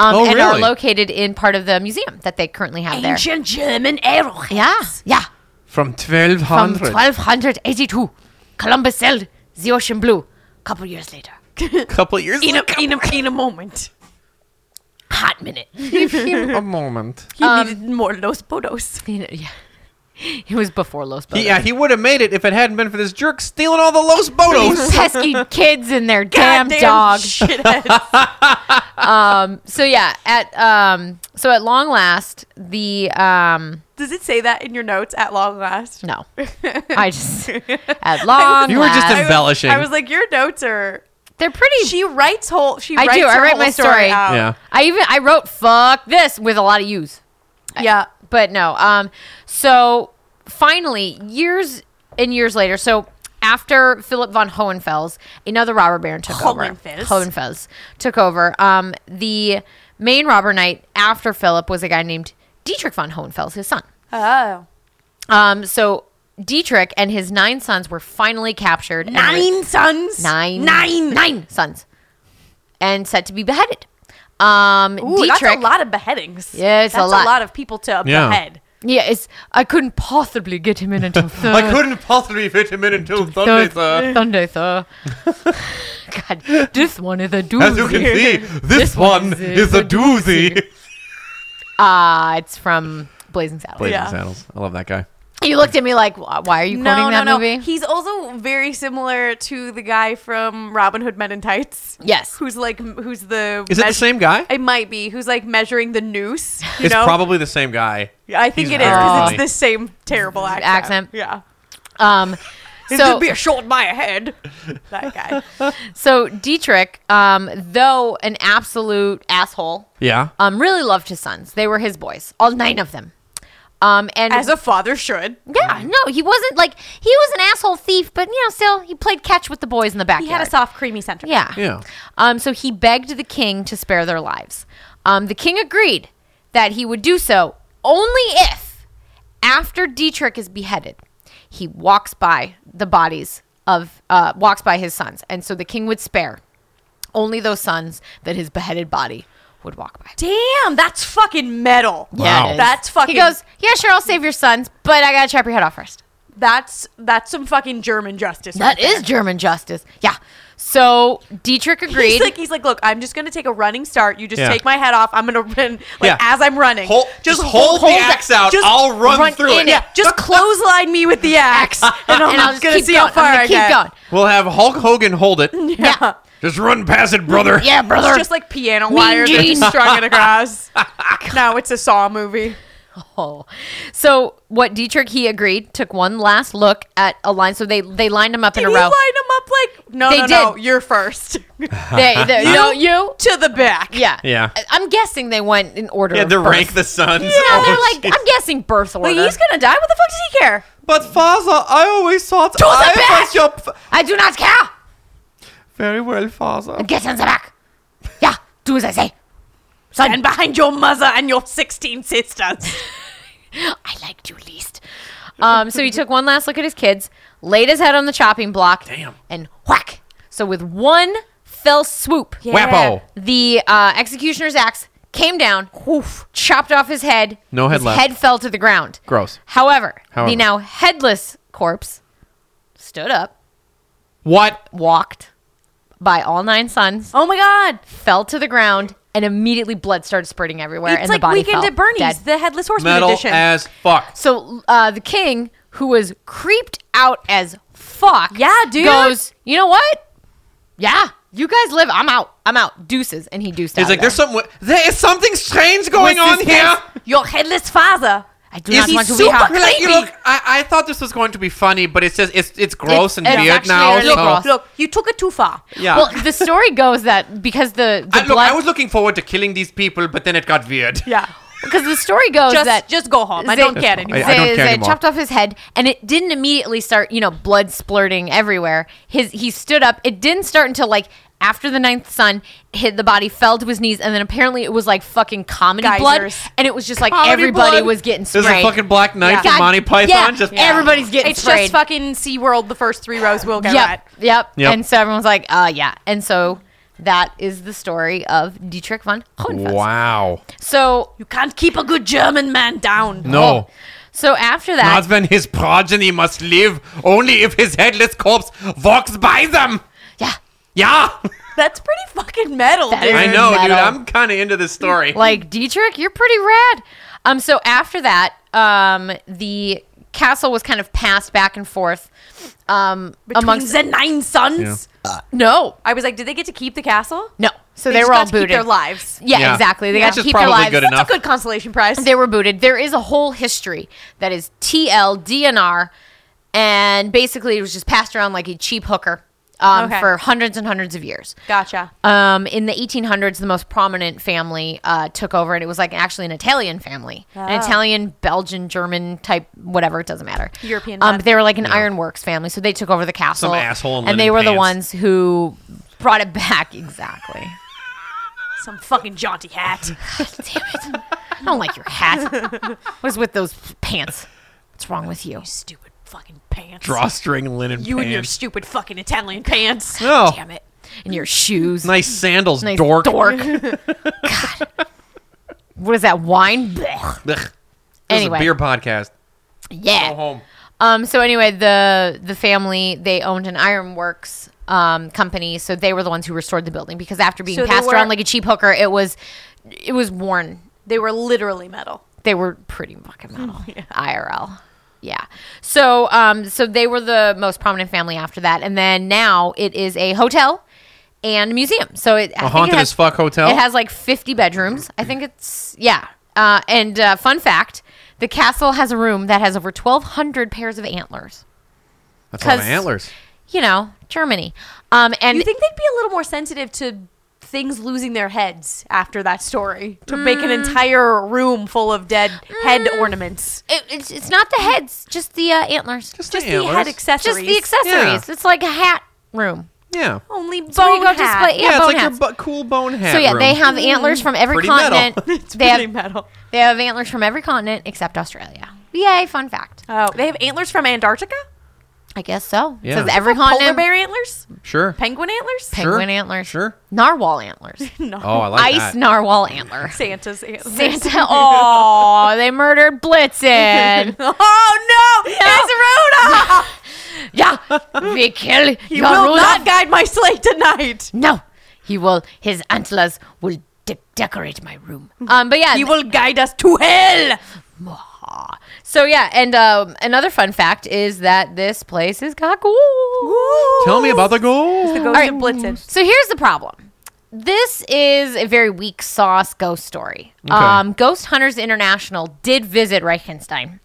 A: um,
C: Oh,
A: and are
C: really?
A: located in part of the museum that they currently have there.
B: Ancient German arrowheads.
A: Yeah, yeah,
C: From
A: from
C: 1200.
A: 1282, Columbus sailed the ocean blue. Couple years later,
C: couple years
B: In a, in a, in a moment.
A: hot minute.
C: a moment.
B: He needed more Los Bodos.
A: You know, yeah, it was before Los Bodos.
C: yeah, he would have made it if it hadn't been for this jerk stealing all the Los
A: These
C: Bodos.
A: pesky kids and their damn,
B: Goddamn
A: dog.
B: shitheads.
A: So yeah, at um, so at long last, the um,
B: Does it say that in your notes at long last?
A: no, I just at long.
C: You were just
A: last-
C: a- Embellishing.
B: I was like, your notes are.
A: They're pretty.
B: She writes whole. She.
A: I
B: writes
A: do. I
B: her
A: write
B: whole
A: my
B: story.
A: story.
B: out.
C: yeah.
A: I even I wrote fuck this with a lot of U's.
B: Yeah.
A: but no. Um, so finally, years and years later, so after Philip von Hohenfels, another robber baron took over.
B: Hohenfels.
A: Hohenfels took over. Um, the main robber knight after Philip was a guy named Dietrich von Hohenfels, his son.
B: Oh.
A: Um, so Dietrich and his nine sons were finally captured. and were-
B: Nine sons.
A: nine,
B: Nine.
A: nine sons, and set to be beheaded. Um,
B: Ooh,
A: Dietrich.
B: that's a lot of beheadings.
A: Yeah, it's a
B: that's
A: lot.
B: of people to
C: Yeah.
B: behead.
A: Yeah, it's I couldn't possibly get him in until third.
C: I couldn't possibly fit him in until Sunday,
A: third
C: sir.
A: Sunday, sir. God, this one is a doozy.
C: As you can see, this one
A: one's a-
C: is a doozy.
A: Ah, it's from Blazing Saddles.
C: Blazing
B: Yeah.
C: Saddles. I love that guy.
A: You looked at me like, "Wh- why are you quoting
B: No, no,
A: that
B: no.
A: movie?
B: He's also very similar to the guy from Robin Hood Men in Tights.
A: Yes.
B: Who's like, who's the.
C: Is it the
B: meas-
C: same guy?
B: It might be. Who's like measuring the noose. You
C: It's
B: know?
C: probably the same guy.
B: I think
C: He's
B: it is
C: very
B: 'cause
C: funny.
B: it's the same terrible accent.
A: accent.
B: Yeah.
A: Um, so
B: It'd be a short by a head. That guy.
A: so Dietrich, um, though an absolute asshole,
C: Yeah.
A: um, really loved his sons. They were his boys, all nine of them. Um, and
B: As a father should.
A: yeah, no, he wasn't like he was an asshole thief, but you know, still he played catch with the boys in the backyard.
B: He had a soft, creamy center.
A: Yeah.
C: Yeah.
A: Um, so he begged the king to spare their lives. Um, the king agreed that he would do so only if, after Dietrich is beheaded, he walks by the bodies of, uh, walks by his sons. And so the king would spare only those sons that his beheaded body would walk by.
B: Damn, that's fucking metal.
C: Wow.
A: it is.
B: That's fucking-
A: He goes, yeah, sure, I'll save your sons, but I gotta chop your head off first.
B: That's that's some fucking German justice.
A: That is German justice. Yeah. So Dietrich agreed.
B: He's like, he's like, look, I'm just gonna take a running start. You just
C: Yeah.
B: take my head off. I'm gonna run like
C: Yeah.
B: as I'm running.
C: Hol- just hold the
B: that-
C: axe out. I'll run through
A: in
C: it.
B: Yeah, just clothesline me with the axe, and I'm
A: and I'll just
B: gonna
A: keep
B: see
A: going.
B: how far
A: I'm gonna
B: I
A: keep
B: get.
A: going.
C: We'll have Hulk Hogan hold it.
A: Yeah.
C: Just run past it, brother.
A: Yeah, brother.
B: It's just like piano wire that
A: Gene.
B: just strung it across. no, it's a Saw movie.
A: Oh. So what Dietrich he agreed took one last look at a line. So they they lined him up
B: Did
A: in
B: he
A: a
B: line
A: row.
B: him up like? No,
A: They
B: no, no.
A: did.
B: You're first
A: they, they, no, you.
B: to the back.
A: Yeah.
C: Yeah.
A: I- I'm guessing they went in order.
C: Yeah,
A: of
C: to
A: birth.
C: rank the Oh, sons. Yeah,
A: No, they're like I'm guessing birth order.
B: Wait, he's gonna die. What the fuck does he care?
C: But father, I always thought
A: the
C: I
A: back!
C: was your. P-
A: I do not care.
C: Very well, father.
A: Get in the back. Yeah, do as I say.
B: And behind your mother and your 16 sisters.
A: I liked you least. Um, so he took one last look at his kids, laid his head on the chopping block,
C: Damn.
A: and whack. So with one fell swoop,
C: Whappo.
A: the uh, executioner's axe came down, chopped off his head.
C: No head
A: his
C: left.
A: Head fell to the ground.
C: Gross.
A: However,
C: However.
A: the now headless corpse stood up,
C: What?
A: walked by all nine sons,
B: Oh my god.
A: fell to the ground, and immediately blood started spurting everywhere.
B: it's
A: and
B: like
A: the body
B: Weekend
A: fell
B: at Bernie's,
A: dead.
B: the Headless Horseman
C: Metal
B: edition.
C: as fuck.
A: So uh, the king, who was creeped out as fuck,
B: Yeah, dude.
A: goes, you know what? Yeah, you guys live. I'm out. I'm out. Deuces, and he deuced
C: He's
A: out
C: like,
A: of
C: there's
A: there.
C: something. There is something strange going on here.
B: Your headless father.
A: I do not
C: He's
A: want to be
C: super
A: hot.
C: like, you look, I, I thought this was going to be funny, but it's just it's it's gross and
A: it's
C: weird
A: actually
C: now.
A: really
C: so-
A: gross.
B: Look, you took it too far.
C: Yeah.
A: Well, the story goes that because the, the
C: I, look,
A: blood,
C: I was looking forward to killing these people, but then it got weird.
B: Yeah.
A: because the story goes
B: Just
A: that
B: just go home. I
A: they-
B: don't care anymore.
C: I- I don't
A: they-
C: care
A: they
C: anymore.
A: chopped off his head, and it didn't immediately start. You know, blood splurting everywhere. His he stood up. It didn't start until like after the ninth son hit the body, fell to his knees, and then apparently it was like fucking comedy blood,
B: Geysers.
A: and it was just like
C: Comedy
A: everybody
C: blood.
A: was getting
C: This is a
A: sprayed.
C: fucking Black Knight
B: Yeah.
C: from
A: God-
C: Monty Python.
A: yeah,
C: Just
A: yeah. Everybody's getting
B: It's
A: sprayed.
B: just fucking SeaWorld, the first three rows will go
A: yep,
B: right.
A: yep,
C: Yep.
A: And so everyone's like, uh, yeah. And so that is the story of Dietrich von Hohenfels.
C: wow.
A: So
B: You can't keep a good German man down.
C: No.
A: so after Oh. that,
C: Not when his progeny must live, only if his headless corpse walks by them.
A: yeah,
C: Yeah.
B: That's pretty fucking metal,
A: That
B: dude.
A: is-
C: I know, dude.
A: Metal.
C: I'm kind of into this story.
A: like Dietrich, you're pretty rad. Um, so after that, um, the castle was kind of passed back and forth. Um,
B: Between
A: amongst
B: the nine sons.
A: no,
B: I was like, did they get to keep the castle?
A: no. So they,
B: just
A: were
B: got
A: all
B: to keep
A: booted.
B: their lives.
A: Yeah,
C: Yeah.
A: exactly. They
C: Yeah.
A: got
C: Which
A: to
C: is
A: keep their
C: probably
A: lives.
C: good
B: That's
C: enough.
B: a good consolation prize.
A: They were booted. There is a whole history that is TLDNR, and basically it was just passed around like a cheap hooker um,
B: Okay.
A: for hundreds and hundreds of years.
B: gotcha.
A: Um, in the 1800s, the most prominent family uh, took over, and it was like actually an Italian family, an
B: Oh.
A: Italian, Belgian, German type, whatever. It doesn't matter.
B: European
A: Um,
B: blood.
A: but they were like an ironworks family, so they took over the castle.
C: asshole in
A: and they
C: linen
A: were the ones
C: pants.
A: who brought it back. Exactly.
B: Some fucking jaunty hat.
A: Damn it! I don't like your hat. What's with those pants? What's wrong with you?
B: Stupid fucking pants.
C: Drawstring linen
B: You and your
C: pants.
B: stupid fucking Italian pants.
C: No.
B: Damn it.
A: And your shoes.
C: Nice sandals,
A: Nice
C: dork.
A: God. What is that wine? Blech.
C: Ugh. This
A: Anyway.
C: is a beer podcast.
A: Yeah.
C: Go home.
A: Um, so anyway, the the family they owned an ironworks um, company, so they were the ones who restored the building because after being
B: So they
A: passed
B: were-
A: around like a cheap hooker, it was it was worn.
B: They were literally metal.
A: They were pretty fucking metal, IRL. Yeah. So um so they were the most prominent family after that and then now it is a hotel and museum. So it I think it
C: haunted
A: has-
C: as fuck hotel?
A: It has like 50 bedrooms. I think it's yeah. Uh, and uh, fun fact, the castle has a room that has over 1200 pairs of antlers.
C: That's a lot of
A: 'Cause-
C: antlers.
A: You know, Germany. Um and
B: You think they'd be a little more sensitive to things losing their heads after that story to make an
C: Mm.
B: entire room full of dead head
A: Mm.
B: ornaments.
A: it, it's, it's not the heads, just the uh, antlers. Just,
B: Just the head accessories.
A: the accessories. It's like a hat room.
C: Yeah.
B: Only
A: So where you
B: bone
A: go
B: hat.
C: Yeah,
A: display- Yeah,
C: it's
A: bone
C: like
A: hats.
C: your bu- cool bone hat.
A: So yeah,
C: room.
A: they have antlers from every
C: Pretty metal.
A: continent.
C: It's
A: they have
B: Pretty metal.
A: they have antlers from every continent except Australia. Yay, fun fact.
B: Oh, they have antlers from Antarctica.
A: I guess so.
C: Yeah.
A: It says every
B: Polar
A: continent.
B: bear antlers.
C: sure.
B: Penguin antlers.
C: Sure.
A: Penguin antlers.
C: Sure.
A: Narwhal antlers.
B: no.
C: Oh, I like
A: Ice
C: that.
A: narwhal antler.
B: Santa's antlers.
A: Santa. Oh, they murdered Blitzen.
B: oh no! It's Rudolph.
A: yeah, we kill
B: He
A: your
B: will
A: Rudolph.
B: not guide my sleigh tonight.
A: no, he will. His antlers will de- decorate my room. Um, but yeah,
B: He
A: th-
B: will guide us to hell.
A: So yeah, and um, another fun fact is that this place is cool.
C: Tell me about the gold.
B: Goes
A: All right.
B: to Blitzen.
A: So here's the problem. This is a very weak sauce ghost story. Um, ghost Hunters International did visit Reichenstein.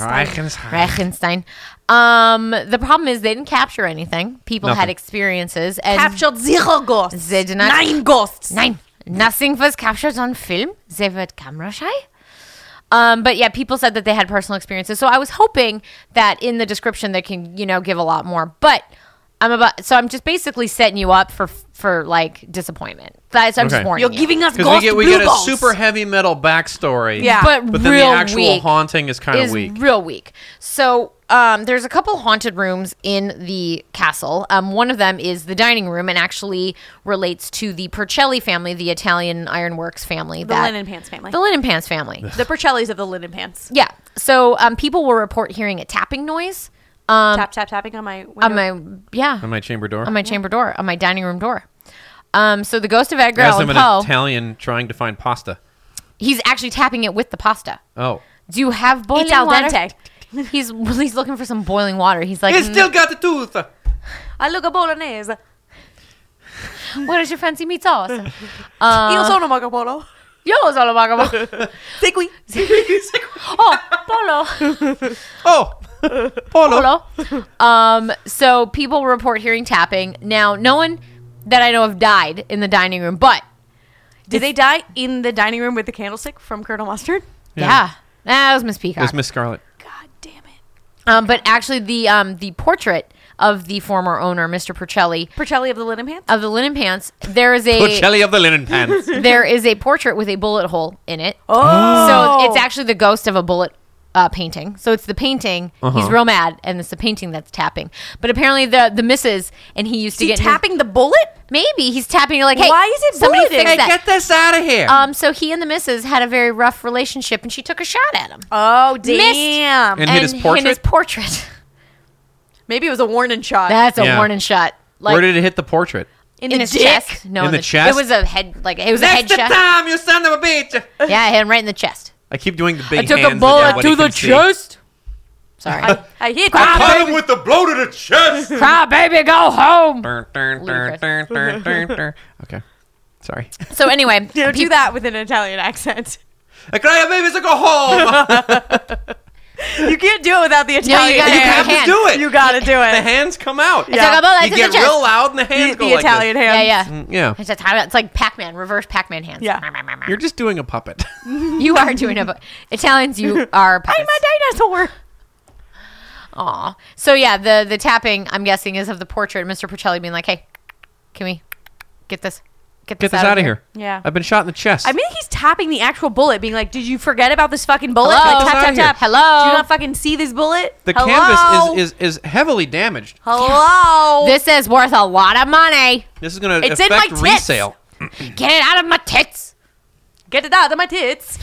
C: Ah.
A: Reichenstein. Um, the problem is they didn't capture anything. People had
C: Nothing.
A: experiences and
B: Captured zero ghosts.
A: They did not-
B: Nine ghosts.
A: Nein, nothing was captured on film. They were camera shy. Um, but yeah, people said that they had personal experiences. So I was hoping that in the description they can, you know, give a lot more. But I'm about, so I'm just basically setting you up for for like disappointment. That's I'm just
C: Okay.
A: warning
B: You're
A: you.
B: giving us
C: Because we
B: ghost
C: get we
B: blue
C: get a
B: balls.
C: super heavy metal backstory.
B: Yeah.
A: but,
C: But then
A: real
C: the actual
A: weak
C: haunting is kind of
A: is
C: weak.
A: real weak. So um, there's a couple haunted rooms in the castle. Um, one of them is the dining room, and actually relates to the Percelli family, the Italian ironworks family.
B: The
A: that,
B: linen pants family.
A: the linen pants family.
B: The Percellis of the linen pants.
A: Yeah. So um, people will report hearing a tapping noise um,
B: tap tap tapping on my window.
A: on my yeah
C: On
A: on
C: my chamber door.
A: my, chamber door on my dining room door. Um, so the ghost of Edgar
C: As
A: Allan
C: I'm an
A: Poe,
C: Italian trying to find pasta.
A: he's actually tapping it with the pasta.
C: Oh.
A: Do you have boiling
B: It's al
A: water?
B: dente.
A: He's he's looking for some boiling water. He's like,
C: It's
A: "Mm,
C: still got the tooth.
B: I look a bolognese.
A: what is your fancy meat sauce?
B: Io sono Marco Polo.
A: Yo, it's all about-
B: Segui.
A: oh, polo.
C: Oh. Polo.
A: Hello. Um, so people report hearing tapping. Now, no one that I know of died in the dining room, but
B: Did they die in the dining room with the candlestick from Colonel Mustard?
A: yeah,
C: Yeah.
A: that was Miss Peacock.
C: It's Miss Scarlet.
B: God damn it.
A: um, but actually, the um, the portrait of the former owner, Mr. Percelli,
B: Percelli of the linen pants?
A: of the linen pants, there is a
C: Porcelli of the linen pants.
A: there is a portrait with a bullet hole in it.
B: Oh.
A: So it's actually the ghost of a bullet uh, painting. So it's the painting.
C: Uh-huh.
A: He's real mad, and it's the painting that's tapping. But apparently, the the misses, and he used to
B: Is he
A: get in his-
B: tapping the bullet?
A: Maybe he's tapping. You're like, hey,
B: Why is it
A: somebody
B: bulleted?
A: fix
C: hey,
A: that?
C: get this out of here.
A: um, so he and the missus had a very rough relationship, and she took a shot at him.
B: Oh,
A: damn.
C: And hit his portrait?
A: portrait.
B: Maybe it was a warning shot.
A: That's a
C: Yeah.
A: warning shot. Like
C: Where did it hit the portrait?
B: in,
A: in
B: the
A: his
B: dick.
A: chest. No,
C: In
A: in
C: the
A: the,
C: chest?
A: It was a head. Like it was
C: That's
A: a
C: the
A: head shot.
C: time, you son of a bitch.
A: Yeah, I hit him right in the chest.
C: I keep doing the big
A: I took a
C: hands
A: bullet
C: that
A: to
C: nobody
A: the
C: can see.
A: chest. Sorry.
B: I hit
C: Caught him with the blow to the chest.
A: Cry, baby, go home.
C: Dun, dun, dun, dun, dun, dun, dun. okay. Sorry.
A: So anyway,
B: Don't do
A: peop-
B: that with an Italian accent.
C: I cry a baby to go home.
B: You can't do it without the
A: No, you
B: Italian.
A: gotta
C: You have to
A: hand.
C: do it.
B: You gotta do
C: the
B: it.
C: hands come out.
A: I
B: Yeah.
A: took a bullet
C: You
A: to
C: get
A: the chest.
C: real loud and the hands
B: The,
C: go
B: the
C: like this. Mm,
B: Italian
A: Yeah,
B: hand.
A: yeah.
C: Yeah.
A: It's, just how- it's like Pac-Man, reverse Pac-Man hands.
B: Yeah.
C: You're just doing a puppet.
A: you are doing a Italians. You are.
B: I'm a dinosaur.
A: Aw. So yeah, the the tapping I'm guessing is of the portrait, Mr. Porcelli being like, "Hey, can we get this get this,
C: Get this out of here.
B: Yeah.
C: I've been shot in the chest.
B: I mean, he's tapping the actual bullet, being like, "Did you forget about this fucking bullet?
A: Hello?
B: Like, tap
C: Outta
B: tap
C: here.
B: tap.
A: Hello?
B: Do you not fucking see this bullet?
C: the
B: Hello?
C: canvas is, is, is heavily damaged.
B: hello.
A: This is worth a lot of money.
C: This is going to
B: It's in my
C: affect
B: tits.
C: resale.
A: Get it out of my tits."
B: Get it out of my tits.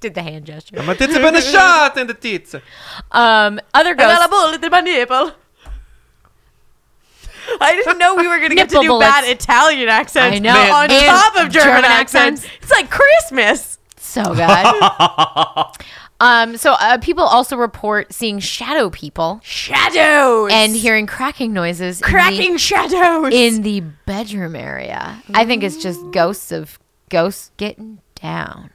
A: Did the hand gesture.
C: My tits have been shot in the tits.
A: Um, other
B: I got a
A: ghosts.
B: bullet in my nipple. I didn't know we were gonna get to
A: Nipple
B: do
A: bullets.
B: bad Italian accents.
A: I know.
C: Man.
B: On
A: And
B: top of German,
A: German
B: accents.
A: accents.
B: it's like Christmas.
A: So good. Um, so uh, people also report seeing shadow people
B: Shadows
A: and hearing cracking noises. in the-
B: cracking shadows
A: in the bedroom area. I think it's just ghosts of ghosts getting down.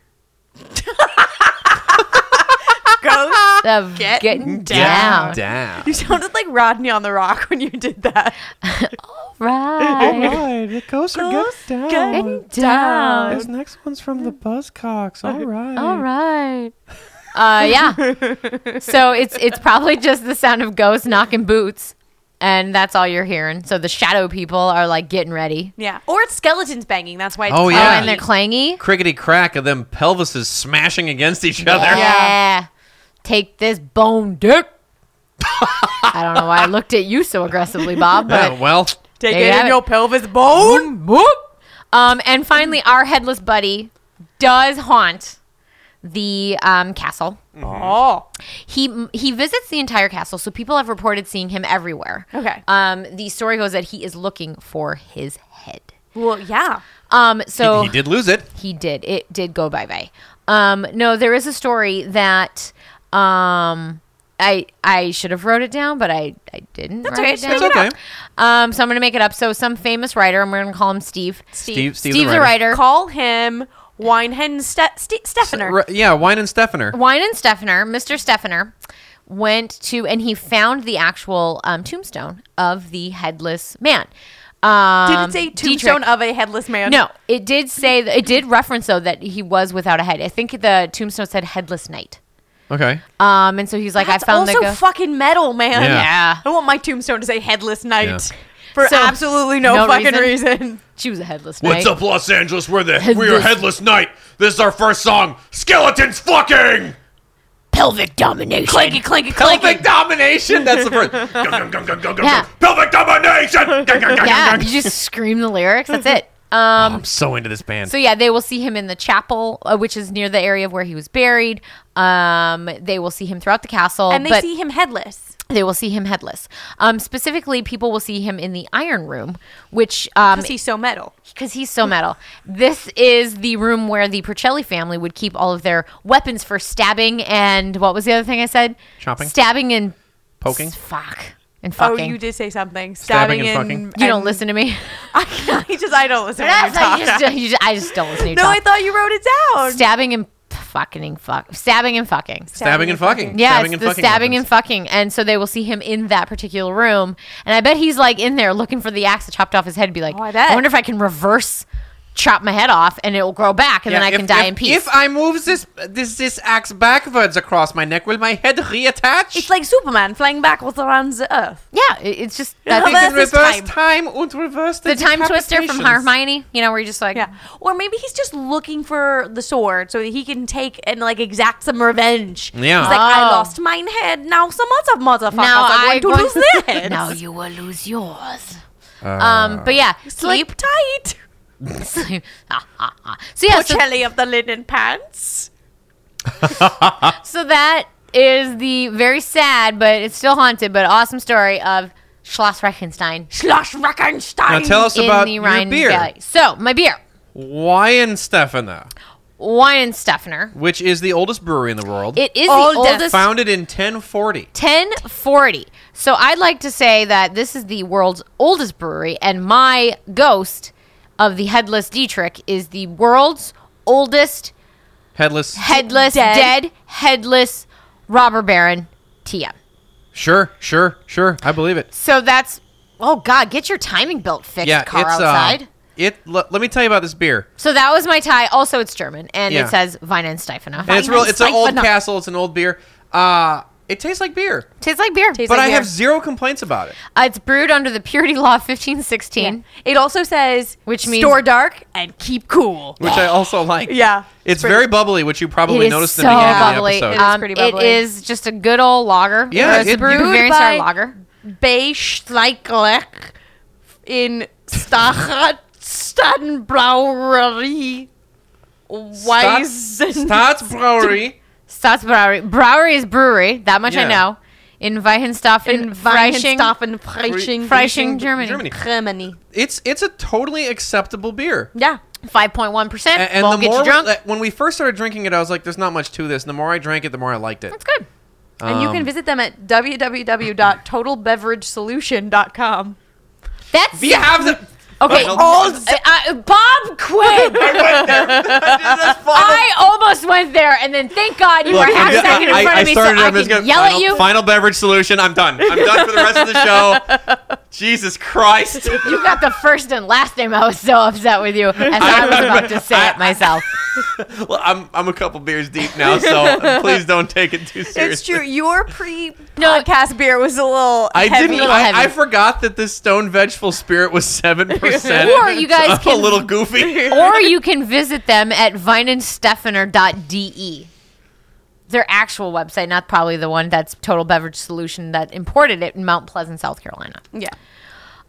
B: ghosts.
A: Of
B: Get
A: getting
C: Down.
A: down.
C: Down.
B: You sounded like Rodney on the Rock when you did that.
A: Right.
E: Alright, the ghosts are getting down.
A: Getting down.
E: This next one's from the Buzzcocks. All right.
A: All right. Uh, yeah. So it's it's probably just the sound of ghosts knocking boots, and that's all you're hearing. So the shadow people are like getting ready.
B: Yeah, or it's skeletons banging. That's why. It's
C: Oh,
B: called-
C: Yeah.
A: Oh, and they're clangy.
C: Crickety crack of them pelvises smashing against each other.
A: Yeah.
B: Yeah.
A: Take this bone dick. I don't know why I looked at you so aggressively, Bob,
C: Yeah,
A: but
C: well,
B: Take
A: There you
B: it
A: have
B: in
A: it.
B: your pelvis bone.
A: Um, and finally, our headless buddy does haunt the um, castle.
C: Mm-hmm.
B: Oh,
A: He he visits the entire castle, so people have reported seeing him everywhere.
B: Okay.
A: Um, the story goes that he is looking for his head.
B: well, yeah.
A: Um, so
C: he did lose it.
A: he did. It did go bye bye. Um, no, there is a story that um, I I should have wrote it down, but I, I didn't. That's
B: okay,
A: It
B: just
A: down.
B: make it
C: Okay.
A: Um, so I'm gonna make it up. So some famous writer, and we're gonna call him Steve.
C: Steve, Steve,
A: Steve
C: the
A: the
C: writer.
A: writer.
B: Call him Winehead Ste- Ste- Steffner.
C: Ri- yeah, Wine and Steffner.
A: Wine and Steffner, Mr. Steffner, went to and he found the actual um, tombstone of the headless man.
B: Did
A: Um,
B: it say
A: Dietrich-
B: tombstone of a headless man?
A: No, it did say it did reference though that he was without a head. I think the tombstone said headless knight.
C: Okay.
A: Um, and so he's like,
B: That's
A: I found
B: also
A: the. ghost.
B: fucking metal, man.
C: Yeah.
A: Yeah.
B: I want my tombstone to say headless knight
C: Yeah.
B: for
A: So,
B: absolutely no,
A: no
B: fucking
A: reason?
B: reason.
A: she was a headless knight.
F: What's up, Los Angeles? We're the we are
A: Headless-
F: Headless Knight. This is our first song. Skeletons fucking.
A: Pelvic domination.
B: Clanky, clanky,
C: Pelvic
B: clanky.
C: domination. That's the first.
F: Gum, gum, gum, gum, gum, gum,
A: Yeah.
F: gum. Pelvic domination. Gum, gum, gum, gum,
A: Yeah,
F: gum.
A: you just scream the lyrics. That's it. Um,
C: I'm so into this band.
A: So yeah, they will see him in the chapel, uh, which is near the area of where he was buried. Um, they will see him throughout the castle,
B: And they
A: but
B: see him headless.
A: they will see him headless. Um, specifically, people will see him in the iron room, which um,
B: Because he's so metal.
A: because he's so metal. This is the room where the Percelli family would keep all of their weapons for stabbing and what was the other thing I said?
C: Chopping?
A: stabbing, and
C: Poking?
A: s- Fuck and
B: Oh,
A: fucking.
B: you
A: you,
B: did say something.
C: Stabbing
B: Stabbing,
C: and
B: in,
C: fucking.
A: don't
B: and-
A: listen to me.
B: I, just, I don't listen. when you talk.
A: I just, you just- I just don't listen to you.
B: no,
A: talk.
B: I thought you wrote it down.
A: stabbing and p- fucking and fuck, stabbing and fucking.
C: stabbing and fucking.
A: Yeah,
C: stabbing
A: it's the stabbing
C: weapons.
A: and fucking. And so they will see him in that particular room. And I bet he's like in there looking for the axe that chopped off his head and be like,
B: Oh, I bet.
A: wonder if I can reverse chop my head off and it will grow back and
C: Yeah,
A: then I
C: if-
A: can die
C: if-
A: in peace.
C: If I move this this this axe backwards across my neck, will my head reattach?
B: It's like Superman flying backwards around the earth.
A: yeah, it- it's just
C: I
A: that's
C: think in
B: Reverse
C: reverse time.
B: time.
C: and reverse
A: the time twister from Hermione, you know, where you're just like,
B: Yeah. Or maybe he's just looking for the sword so that he can take and like exact some revenge.
C: Yeah.
B: He's like, I
A: Oh.
B: lost mine head. Now some other motherfuckers
A: now
B: are
A: I
B: going to
A: go-
B: lose their heads.
A: now you will lose yours.
C: Uh,
A: um, but yeah,
B: Sleep
A: sleep,
B: tight.
A: sleep. Ah, ah, ah. So yeah, so
B: Porcelli of the linen pants.
A: So that is the very sad, but it's still haunted, but awesome story of Schloss Reichenstein
B: Schloss Reckenstein.
C: Now tell us
A: in
C: about
A: the
C: your
A: Rhine
C: beer.
A: Valley. So my beer,
C: Weihenstephaner,
A: Wine Steffner.
C: which is the oldest brewery in the world.
A: It is
B: Oldest.
A: the oldest.
C: founded in 1040.
A: 1040. So I'd like to say that this is the world's oldest brewery, and my ghost of the headless Dietrich is the world's oldest
C: Headless.
A: headless,
B: Dead.
A: dead, headless robber baron, TM.
C: sure, sure, sure. I believe it.
A: So that's, oh God, get your timing belt fixed,
C: Yeah,
A: car
C: it's uh,
A: outside.
C: it. le- let me tell you about this beer.
A: So that was my tie. Also, it's German, and
C: Yeah.
A: it says Weihenstephaner.
C: And it's real. It's an old
B: Weihenstephaner.
C: castle. It's an old beer. Uh it tastes like beer,
A: tastes like beer.
B: Tastes
C: but
B: like
C: I have
B: beer.
C: zero complaints about it.
A: Uh, it's brewed under the Purity Law 1516.
B: It also says
A: Which means-
B: store dark and keep cool.
C: which I also like.
B: Yeah.
C: It's
B: Pretty-
C: very bubbly, which you
A: It
C: probably
A: is
C: noticed
A: so
C: in the beginning
A: bubbly.
C: of the episode.
A: Um,
B: pretty
A: It
B: bubbly.
A: is just a good old lager.
C: Yeah,
A: it's
C: it-
A: a brewed
C: Brewed
A: Bavarian
B: by-
A: style lager.
B: Bei Schleichleck in Stachatstanbrauerei Weizen.
C: Stadt's Brewery.
A: Stats Brewery. Brewery is brewery. That much I
C: Yeah.
A: know. In Weihenstephaner,
B: in
A: Freishing.
B: Weihenstephen Freishing
A: Freishing, Germany.
C: Germany.
B: Germany.
C: It's it's a totally acceptable beer.
B: Yeah.
A: Five point one percent
C: And, and
A: won't
C: the
A: get
C: more
A: you drunk.
C: uh, when we first started drinking it, I was like, "There's not much to this." And the more I drank it, the more I liked it. Um,
A: That's good.
B: and you can visit them at www.totalbeveragesolution.com.
A: That's
C: We have the.
A: okay.
C: All
A: Uh, uh, Bob Quinn. I almost went there, and then thank God you were half
C: I'm-
A: second in
C: I-
A: front
C: I
A: of me, so
C: started,
A: I
C: I'm just
A: can
C: gonna-
A: yell
C: final,
A: at you.
C: Final beverage solution. I'm done. I'm done for the rest of the show. Jesus Christ.
A: You got the first and last name. I was so upset with you, as I was about to say it myself.
C: Well, I'm I'm a couple beers deep now, so please don't take it too seriously.
B: It's true. Your pre
A: No.
B: podcast beer was a little.
C: I
B: heavy.
C: didn't.
A: little heavy.
C: I, I forgot that this stone vegetable spirit was seven percent.
A: Or you guys
C: I'm
A: can-
C: a little goofy.
A: or you can visit them at vineandsteffener.de. E. Their actual website, not probably the one that's Total Beverage Solution that imported it in Mount Pleasant, South Carolina.
B: Yeah.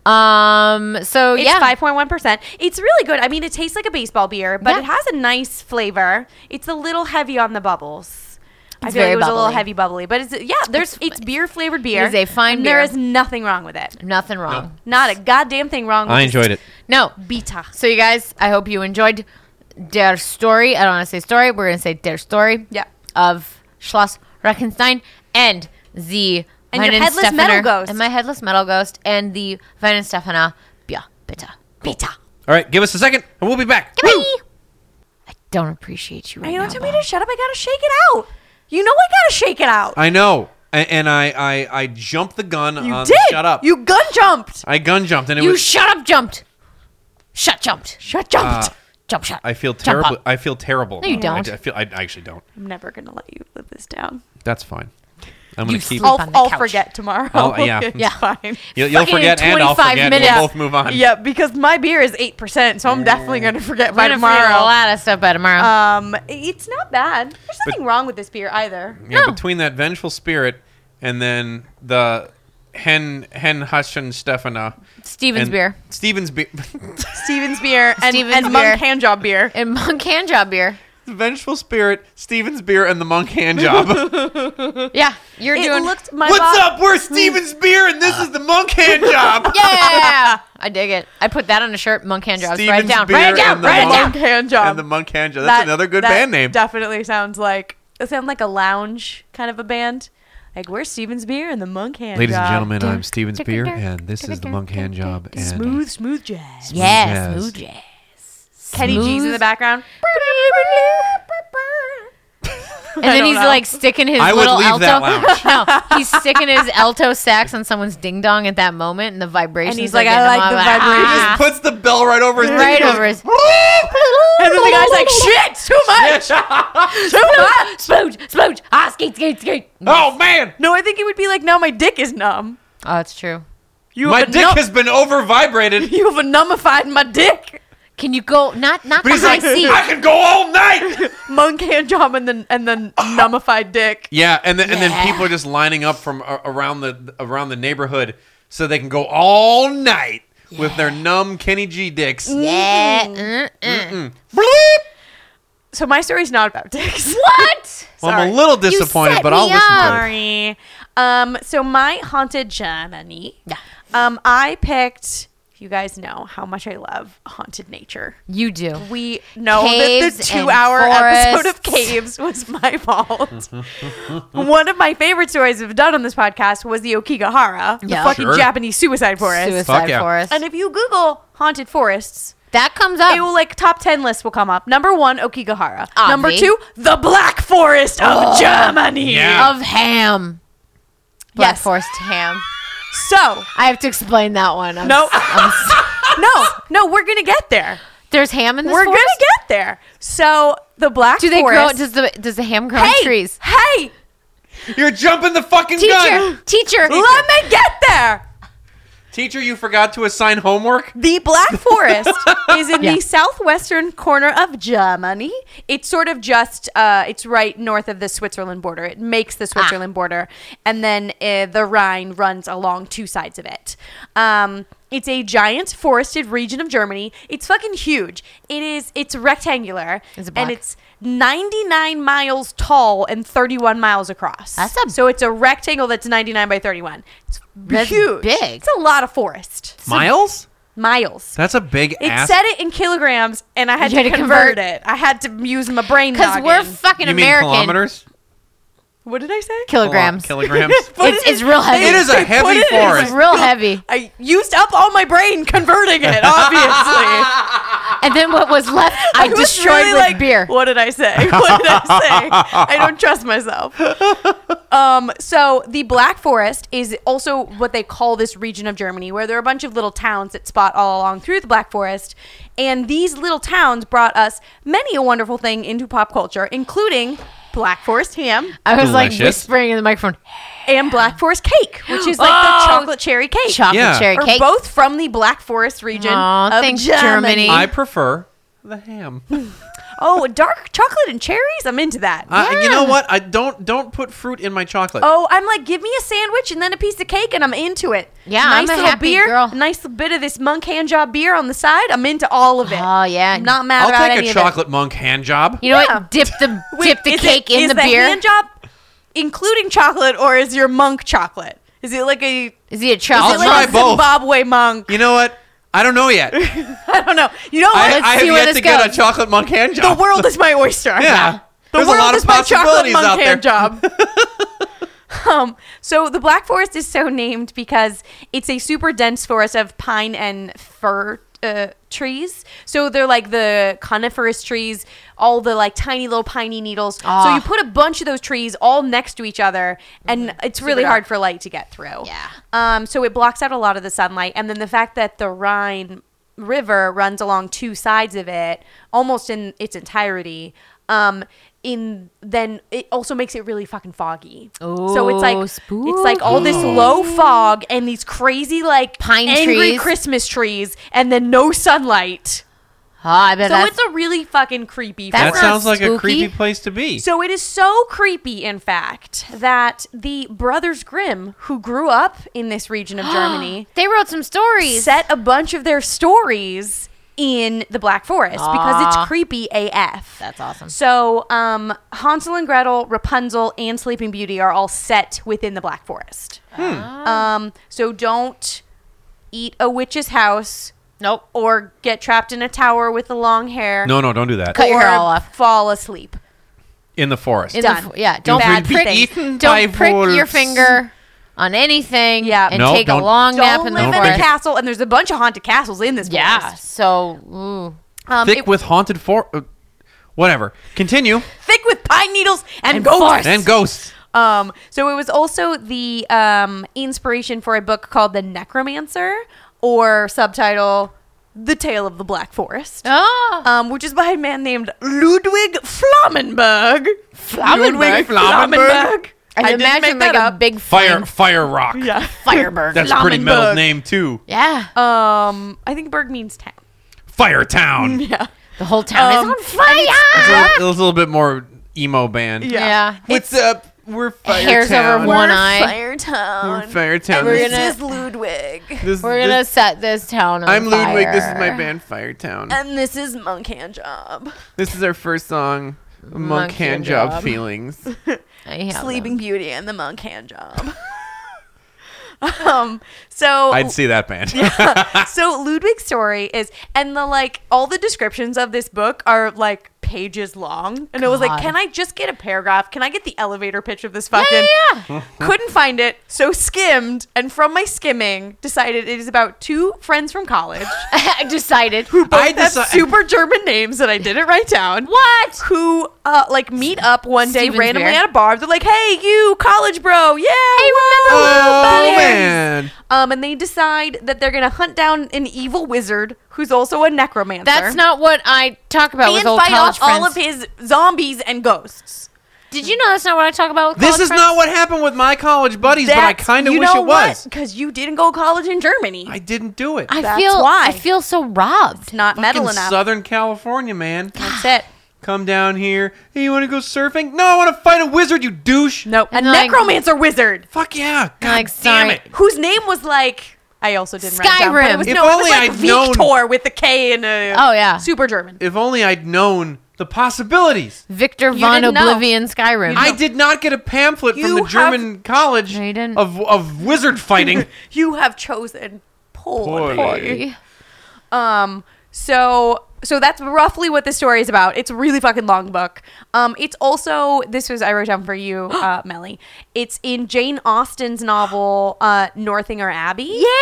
A: Um, so
B: It's
A: yeah,
B: five point one percent. It's really good. I mean, it tastes like a baseball beer, but
A: Yeah.
B: it has a nice flavor. It's a little heavy on the bubbles. I
A: It's
B: feel like
A: very
B: it was a little
A: bubbly.
B: heavy bubbly, but it's yeah. There's it's, beer flavored beer.
A: is a fine
B: and There
A: beer.
B: is nothing wrong with it.
A: nothing wrong.
B: Not a goddamn thing wrong. with
C: it.
A: No.
B: Beta.
A: So you guys, I hope you enjoyed their story. I don't want to say story. We're gonna say their story.
B: Yeah.
A: Of Schloss Reichenstein and the
B: And your
A: Weinen
B: headless
A: Stefaner-
B: metal ghost.
A: and my headless metal ghost and the Vine Stefana Bia Bitter. Bitter.
C: All right, give us a second, and we'll be back.
A: Goodbye. I don't appreciate you
B: Are
A: right
B: you
A: now.
B: not telling me
A: Bob.
B: to shut up? I gotta shake it out. You know I gotta shake it out.
C: I know, and, and I, I I jumped the gun
B: you
C: on
B: did.
C: um, shut up.
B: You gun jumped.
C: I gun jumped, and it
A: You
C: was.
A: shut up, jumped. Shut jumped.
B: Shut jumped.
C: Uh,
A: Jump shut.
C: I feel
A: Jump
C: terrible.
A: up.
C: I feel terrible. No,
A: you don't.
C: I, feel. I actually don't.
B: I'm never gonna let you live this down.
C: That's fine. I'm gonna
A: You
C: keep.
A: sleep
B: I'll,
A: on the
B: I'll
A: couch.
B: forget tomorrow.
C: I'll- yeah.
B: It's
A: Yeah.
B: fine.
C: You'll, you'll
A: fucking
C: forget, and I'll
A: 25
C: forget.
A: minutes.
C: We'll both move on.
B: Yeah, because my beer is eight percent, so I'm definitely gonna
C: Mm.
B: forget by
A: We're gonna figure a
B: tomorrow.
A: lot of stuff by tomorrow.
B: Um, it's not bad. There's nothing wrong with this beer either.
C: Yeah,
A: No.
C: between that vengeful spirit and then the hen hen Hushin Stefana.
A: Steven's
C: and-
A: beer
C: Stevens beer.
B: Stevens beer and,
A: Stevens beer.
B: and Monk hand job beer.
A: and Monk hand job beer.
C: vengeful spirit, Stevens beer, and the monk hand job.
A: Yeah, you're
B: It
A: doing.
B: looked my
C: What's
B: bo-
C: up? We're Stevens beer, and this is the monk hand job.
A: Yeah, I dig it. I put that on a shirt. Monk hand jobs. Write it
C: Stevens
A: down.
C: beer
A: Write it down.
C: and the
A: Write it
C: Monk.
A: down.
B: Monk hand job.
C: And the monk hand job. That's
B: That-
C: another good
B: that
C: band name.
B: Definitely sounds like it sounds like a lounge kind of a band. Like we're Stevens beer and the Monk hand job.
C: I'm Stevens beer, and this is the monk hand job.
B: Smooth, smooth jazz.
A: Yeah,
C: Jazz.
A: smooth jazz.
B: Kenny G's in the background.
A: And then
B: don't
A: he's
B: know.
A: like sticking his
C: I would
A: little
C: leave that
A: alto. no, he's sticking his alto sax on someone's ding dong at that moment, and the vibrations.
B: he's
A: are
B: like, I
A: getting him
B: like the
A: all- ah.
C: Puts the bell right over his
A: Right over his.
B: And then the guy's like, "Shit, too much, too much."
A: Smooch, smooch, ah, skate, skate, skate. Oh,
C: Oh man,
B: No, I think he would be like, "Now my dick is numb.
A: that's true.
B: You
C: my
B: have a
C: dick
B: numb-
C: has been over vibrated.
B: You have a numbified my dick.
A: Can you go? Not, not the
C: He's
A: high
C: like,
A: seat.
C: I can go all night.
B: Monk hand job and the and the numbified dick.
C: Yeah, and then, and
A: Yeah.
C: then people are just lining up from a- around the around the neighborhood so they can go all night with their numb Kenny G dicks.
A: Yeah. mm, mm.
C: Bleep.
B: So my story's not about dicks.
A: What?
C: Well,
B: Sorry.
C: I'm a little disappointed,
A: set
C: but I'll
A: me
C: listen to it.
B: Sorry. Um. So my haunted Germany.
A: Yeah.
B: Um. I picked. You guys know how much I love haunted nature.
A: You do.
B: We know that
A: Caves
B: the
A: and
B: two-hour episode of
A: forests.
B: Caves was my fault. One of my favorite stories we've done on this podcast was the Okigahara, the
A: Yeah.
B: fucking
C: Sure.
B: Japanese suicide forest.
A: Suicide
C: Fuck yeah.
A: forest.
B: And if you Google haunted forests,
A: that comes up.
B: it will like top 10 lists will come up. Number one, Okigahara.
A: Obvi. Oh.
B: Number two, the Black Forest of Germany.
C: Yeah.
A: of ham. Black
B: Yes.
A: Forest ham.
B: So,
A: I have to explain that one. I'm
B: no,
A: s- I'm s-
B: no, no, we're going to get there.
A: there's ham in this
B: We're going
A: forest?
B: to get there. So, the Black
A: Do they grow?
B: Forest.
A: Does the does the ham grow
B: hey,
A: on trees?
B: Hey,
C: You're jumping the fucking
A: Teacher,
C: gun,
A: teacher,
B: let me get there.
C: teacher. You forgot to assign homework.
B: The Black Forest is in
A: Yeah.
B: the southwestern corner of Germany. It's sort of just, uh, it's right north of the Switzerland border. It makes
A: Ah.
B: the Switzerland border. And then uh, the Rhine runs along two sides of it. Um, it's a giant forested region of Germany. It's fucking huge. It is, it's rectangular.
A: Is it black?
B: and it's 99 miles tall and 31 miles across.
A: That's a-
B: so it's a rectangle that's 99 by 31. It's
A: That's
B: huge.
A: big.
B: It's a lot of forest.
C: Miles?
B: miles.
C: That's a big
B: It
C: ass.
B: said it in kilograms, and I had,
A: You
B: to,
A: had to
B: convert,
A: convert.
B: it. I had to use my brain.
A: Because
B: Because
A: we're fucking
C: you mean
A: American.
C: kilometers?
B: what did I say?
A: Kilograms.
C: Kilograms.
B: But
A: It's- it's real heavy.
C: it is a
B: they put
C: heavy
B: it in
A: it's
C: forest.
A: real heavy.
B: I used up all my brain converting it. Obviously,
A: And then what was left, I,
B: was
A: destroyed
B: really
A: with
B: like,
A: beer.
B: What did I say? What did I say? I don't trust myself. Um, so the Black Forest is also what they call this region of Germany, where there are a bunch of little towns that spot all along through the Black Forest. And these little towns brought us many a wonderful thing into pop culture, including Black Forest ham
A: I was like
C: Delicious.
A: whispering in the microphone,
B: and Black Forest cake, which is like
A: Oh!
B: the chocolate cherry cake.
A: chocolate
C: Yeah.
A: cherry
B: are
A: cake.
B: both from the Black Forest region
A: Aw,
B: of
A: thanks,
B: Germany.
A: Germany.
C: I prefer the ham.
B: Oh, dark chocolate and cherries? I'm into that.
C: I- you know what? I don't don't put fruit in my chocolate.
B: Oh, I'm like, give me a sandwich and then a piece of cake, and I'm into it.
A: Yeah,
B: nice
A: I'm a
B: little
A: happy
B: beer,
A: girl.
B: A nice little bit of this monk hand job beer on the side. I'm into all of it.
A: Oh, yeah.
B: I'm not mad
C: I'll
B: about
C: take
B: any
C: a
B: of it.
C: chocolate monk hand job.
A: you know
B: Yeah.
A: what? Dip the
B: Wait,
A: dip the
B: is
A: cake
B: it-
A: in
B: is
A: the beer.
B: Hand job, including chocolate, or is your monk chocolate? Is it like a?
A: is he a
C: I'll
B: Is it
A: chocolate?
B: like
C: try
B: a
C: both.
B: Zimbabwe monk?
C: You know what? I don't know yet. I,
B: I don't know. You know
C: I
B: what?
A: Let's
C: have
A: see where
C: yet
A: this
C: to get a
A: goes.
C: chocolate monk hand
B: the
C: job.
B: world is my oyster.
C: yeah.
B: The
C: There's a
B: world
C: lot
B: is
C: of
B: my
C: possibilities
B: chocolate monk
C: out there.
B: hand job. um, so the Black Forest is so named because it's a super dense forest of pine and fir uh, trees. So they're like the coniferous trees, all the like tiny little piney needles. So
A: Ah. Mm-hmm.
B: you put a bunch of those trees all next to each other, and it's really
A: dark.
B: hard for light to get through.
A: Yeah.
B: Um, so it blocks out a lot of the sunlight, and then the fact that the Rhine River runs along two sides of it, almost in its entirety. Um, in then it also makes it really fucking foggy. so it's like
A: Ooh,
B: it's like all this low fog and these crazy like
A: Pine
B: angry
A: trees.
B: Christmas trees, and then no sunlight.
A: Oh, I bet
B: So
A: that's,
B: it's a really fucking creepy.
A: That's
C: That
A: not
B: forest.
C: sounds like a
A: spooky.
C: creepy place to be.
B: So it is so creepy, in fact, that the brothers Grimm, who grew up in this region of Germany,
A: they wrote some stories.
B: set a bunch of their stories in the Black Forest because
A: Aw.
B: it's creepy AF.
A: That's awesome.
B: So um, Hansel and Gretel, Rapunzel, and Sleeping Beauty are all set within the Black Forest.
C: Hmm.
A: Ah.
B: Um, so don't eat a witch's house
A: nope.
B: or get trapped in a tower with the long hair.
C: no, no, don't do that.
A: Cut your
B: or
A: hair all off.
B: fall asleep.
C: In the forest.
A: In
B: done.
A: The, f- yeah, don't
B: Bad
A: prick,
B: thing.
C: Eaten by
A: don't prick your
C: wolves.
A: finger on anything.
B: Yeah.
A: and
C: No,
A: take a
C: don't-
A: long nap
B: Don't
A: in
B: live
A: the
B: in
C: Don't
B: a
A: forest.
C: think-
B: castle, and there's a bunch of haunted castles in this
A: Yeah.
B: forest.
A: So ooh.
B: Um,
C: Thick
B: it-
C: with haunted for uh, whatever. Continue.
B: thick with pine needles and, ghosts.
C: And ghosts.
B: Um, so it was also the um, inspiration for a book called The Necromancer, or subtitle The Tale of the Black Forest,
A: Oh.
B: um, which is by a man named Ludwig Flamenberg.
A: Flamenberg?
B: Ludwig Flamenberg.
A: I,
B: didn't
A: imagine like
B: make that
A: a
B: up.
A: big
C: Fire
A: flame.
C: fire rock.
B: Yeah.
A: Firebird.
C: That's a pretty
B: Flamenberg.
C: metal name too.
A: yeah.
B: Um, I think Berg means town.
C: Fire Town.
B: Yeah.
A: The whole town is
B: um,
A: on fire.
C: It's a, little, it's a little bit more emo band.
B: Yeah.
A: Yeah.
C: What's up? We're Fire
A: Hairs
C: Town.
A: over one eye.
B: Fire
C: We're
B: town.
C: Fire Town.
A: We're
C: This-
A: gonna-
B: This is Ludwig.
C: this-
A: We're gonna
C: this-
A: set this town on
C: I'm Ludwig. This is my
A: fire.
C: band, Fire Town.
B: And this is Monk Handjob.
C: This is our first song,
A: Monk
C: Monk Hand Job
A: Handjob.
C: Feelings.
A: I have them.
B: Sleeping Beauty and the Monk Handjob. um, so
C: see that band.
B: so Ludwig's story is, and the like, all the descriptions of this book are like pages long, and it was like,
A: God.
B: can I just get a paragraph? Can I get the elevator pitch of this fucking?
A: yeah, yeah.
B: Couldn't find it, so skimmed, and from my skimming, decided it is about two friends from college
A: I decided.
C: I
B: have
C: decide-
B: super German names that I didn't write down.
A: What?
B: Who uh, like meet up one day
A: Stevens
B: randomly
A: beer.
B: at a bar? They're like, "Hey, you college bro, yeah, whoa,
C: Oh
B: buddies."
C: man!
B: Um, and they decide that they're gonna hunt down an evil wizard who's also a necromancer.
A: That's not what I talk about with
B: and
A: old
B: fight
A: college
B: off
A: friends.
B: all of his zombies and ghosts.
A: Did you know that's not what I talk about with
C: This
A: college
C: is
A: friends?
C: not what happened with my college buddies, but I kind of wish it was.
B: because you didn't go to college in Germany.
C: I didn't do it.
A: I
B: That's
A: feel.
B: why.
A: I feel so robbed.
B: not metal
C: Fucking
B: enough.
C: Southern California, man.
B: That's it.
C: Come down here. Hey, you want to go surfing? No, I want to fight a wizard. You douche.
B: No, a
A: And then, like-
B: necromancer wizard
C: Fuck yeah! God
A: like,
C: damn
A: sorry.
C: it!
B: whose name was like. I also didn't write it down. But it
A: Skyrim.
B: was,
C: If
B: no, it was,
C: only
B: like
C: I'd known-
B: Victor with a K and a
A: Oh, yeah.
B: super German.
C: If only I'd known the possibilities.
A: Victor von
B: didn't know.
A: Oblivion Skyrim.
C: I did not get a pamphlet
B: You
C: from the
B: have-
C: German college
A: No, you didn't.
C: of of wizard fighting.
B: You have chosen poorly.
C: Poorly.
A: Sorry.
B: Um, so so that's roughly what the story is about. It's a really fucking long book. Um, it's also this was I wrote down for you, uh, Melly. It's in Jane Austen's novel uh, Northanger Abbey.
A: Yeah.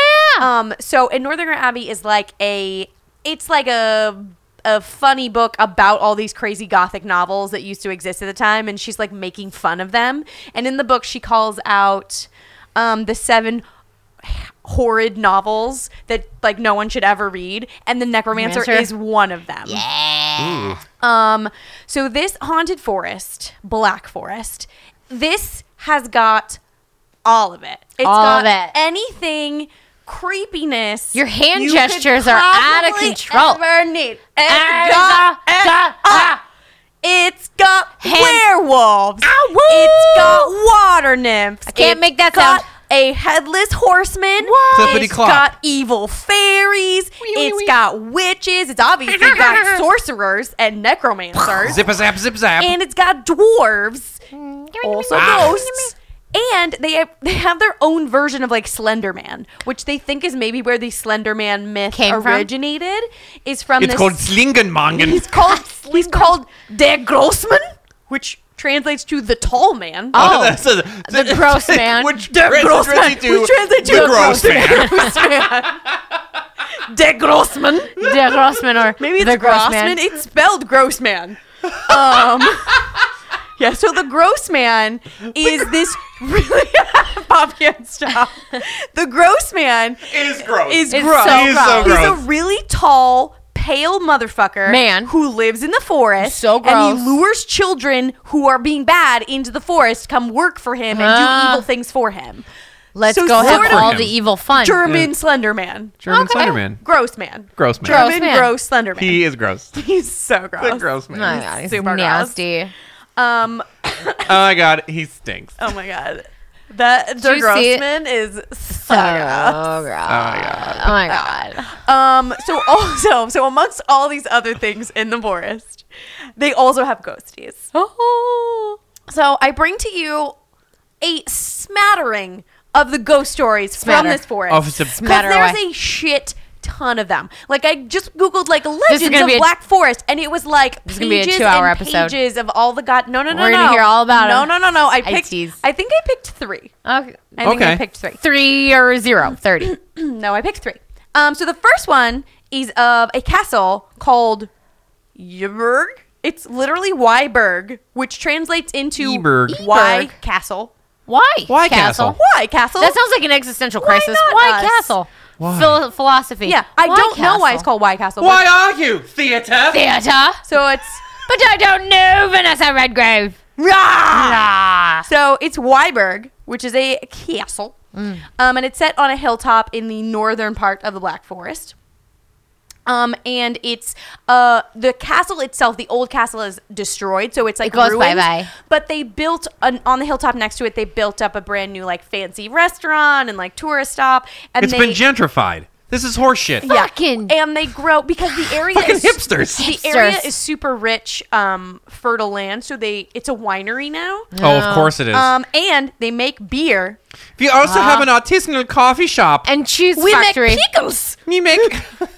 B: Um, so and Northanger Abbey is like a it's like a a funny book about all these crazy gothic novels that used to exist at the time and she's like making fun of them. And in the book she calls out um, the seven horrid novels that like no one should ever read and the necromancer
A: Necromancer?
B: is one of them. Um, so this haunted forest, Black Forest, this has got all of it. It's
A: All
B: got
A: of it.
B: anything creepiness.
A: Your hand
B: you
A: gestures
B: could
A: are out of
B: probably
A: control.
B: Ever need. It's
A: Ah,
B: got,
A: da, da, ah.
B: it's got
A: Hand-
B: werewolves.
A: Ah, woo.
B: It's got water nymphs. I
A: can't make that
B: got
A: sound.
B: A headless horseman.
C: Clippity
B: It's
C: clop.
B: got evil fairies. It's got witches. It's obviously got sorcerers and necromancers
C: Zip a zap, zip zap.
B: and it's got dwarves,
A: Mm,
B: also ghosts, and they have, they have their own version of like Slender Man, which they think is maybe where the Slender Man myth
A: Came from?
B: originated. Is from
C: it's
B: this,
C: called Slingenmangen.
B: he's called he's called Der Grossman, which translates to the Tall Man.
A: Oh.
C: That's a-
A: The gross man.
C: Which translates to
B: which translates to
C: the gross man.
B: Der Grossman.
A: the Grossman or
B: Maybe it's
A: the
B: Grossman.
A: Grossman.
B: It's spelled Grossman. Um, yeah, so the Grossman is this really Bob can't stop. The Grossman
C: Is gross.
B: is
A: It's
B: gross.
A: so
C: He's so
B: He's a
C: gross.
B: really tall, pale motherfucker
A: Man.
B: who lives in the forest.
A: So
B: And
A: gross.
B: he lures children who are being bad into the forest, come work for him and
A: Ah.
B: do evil things for him.
A: Let's
B: So
A: go have
B: sort
C: of-
A: all
C: Him.
A: the evil fun.
B: German Slender Man.
C: German
A: Okay.
C: Slenderman.
B: Gross man.
C: Gross man.
A: Gross
B: German
A: man.
B: gross Slender Man.
C: He is gross.
B: He's so
C: The
B: gross.
C: gross
A: Oh my
C: man.
A: God, he's
B: Super gross.
A: nasty.
B: Um,
C: Oh my god, he stinks. Oh
B: Oh my god. That
A: you
B: Der
A: see
B: Grossman is so gross.
A: Oh, God.
C: my god.
A: Oh, my God.
B: Um so also so amongst all these other things in the forest, they also have ghosties.
A: Oh.
B: So I bring to you a smattering of the ghost stories
A: Smatter.
B: from this forest.
C: Of the-
B: 'Cause
A: Smatter
B: there's
A: away.
B: a shit ton of them. Like I just googled like
A: is
B: legends
A: gonna
B: of
A: be a-
B: Black Forest and it was like
A: is gonna be a
B: pages
A: two-hour
B: and
A: episode.
B: pages of all the god No no no
A: We're
B: no.
A: gonna hear all about
B: no,
A: 'em.
B: No no no I
A: I
B: picked
A: tease.
B: I think I picked 3.
A: Okay.
B: I think I
C: Okay.
B: picked 3.
A: Three or zero. 30.
B: No, I picked three. Um, so the first one is of a castle called Yberg. It's literally Yberg, which translates into
C: Yberg.
B: Y castle.
A: Why?
C: Why castle?
B: Why castle?
A: That sounds like an existential
B: Why
A: crisis.
B: not
A: Why
B: us?
A: castle?
C: Why?
A: Phil- philosophy.
B: yeah. I don't know why it's
A: castle?
B: called Y castle.
C: Why
B: but-
C: are you, theater?
A: theater.
B: So it's
A: But I don't know Vanessa Redgrave.
B: Rah! So it's Weiberg, which is a castle,
A: Mm.
B: um, and it's set on a hilltop in the northern part of the Black Forest. Um, and it's uh, the castle itself. The old castle is destroyed, so it's like
A: It goes
B: ruined.
A: bye-bye.
B: But they built an, on the hilltop next to it. They built up a brand new like fancy restaurant and like tourist stop. And
C: It's
B: they,
C: been gentrified. This is horseshit.
B: yeah.
A: Fucking-
B: and they grow because the area
C: Fucking
B: is
C: hipsters.
B: the area
A: Hipsters.
B: is super rich, um, fertile land. So they it's a winery now.
C: Oh, of course it is.
B: Um, and they make beer.
C: we also have an artisanal coffee shop.
A: And cheese
B: We
A: factory.
B: make pickles.
C: we make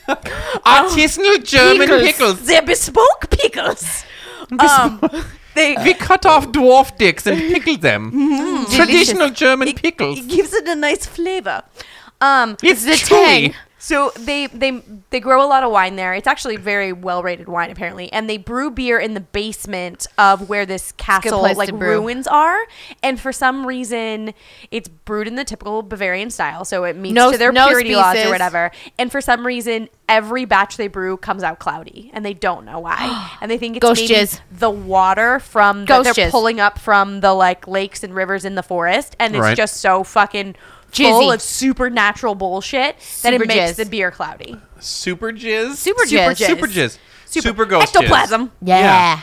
C: artisanal German
A: Pickles.
C: pickles.
B: They're bespoke pickles. Um, they
C: We cut off dwarf dicks and pickle them. Traditional German pickles.
B: it gives it a nice flavor. Um,
C: It's
A: the
C: chewy.
A: tang.
B: so they they they grow a lot of wine there. It's actually very well rated wine apparently, and they brew beer in the basement of where this castle
A: place
B: like
A: to brew.
B: ruins are. And for some reason, it's brewed in the typical Bavarian style, so it meets
A: No-
B: to their
A: no
B: purity laws
A: species.
B: or whatever. And for some reason, every batch they brew comes out cloudy, and they don't know why. and they think it's
A: Ghost
B: maybe
A: jizz.
B: the water from that
A: Ghost
B: they're
A: jizz.
B: pulling up from the like lakes and rivers in the forest, and it's
C: Right.
B: just so fucking full
A: Jizzy.
B: of supernatural bullshit that
A: Super
B: it makes
A: jizz.
B: the beer cloudy.
C: Super jizz.
A: Super
B: Super
A: jizz.
B: jizz.
C: Super jizz. Super, ghost jizz.
B: ectoplasm.
A: Yeah.
C: Yeah.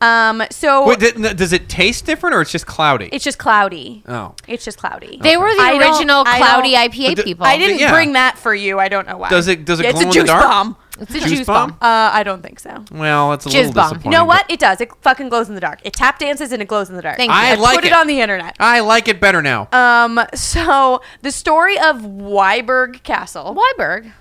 B: Um, so
C: Wait, th- n- does it taste different or it's just cloudy?
B: it's just cloudy.
C: oh.
B: It's just cloudy.
A: They were the
B: I don't-
A: original
B: I
A: cloudy
B: don't-
A: IPA
C: d-
A: people.
B: I didn't
C: Yeah.
B: bring that for you. I don't know why.
C: Does it- does it
B: Yeah, it's
C: glow
B: a
C: in the
B: juice
C: dark?
B: bomb.
A: It's a
C: Juice
A: juice bomb.
C: bomb?
B: Uh, I don't think so.
C: Well, it's a
A: Jizz
C: little
A: bomb.
C: disappointing.
B: You know what?
C: but-
B: It does. It fucking glows in the dark. It tap dances and it glows in the dark.
A: Thank
C: I
A: you.
C: like
B: Put
C: it.
B: it on the internet.
C: I like it better now.
B: Oh, Um, so the story of Weiberg Castle.
A: Weiberg.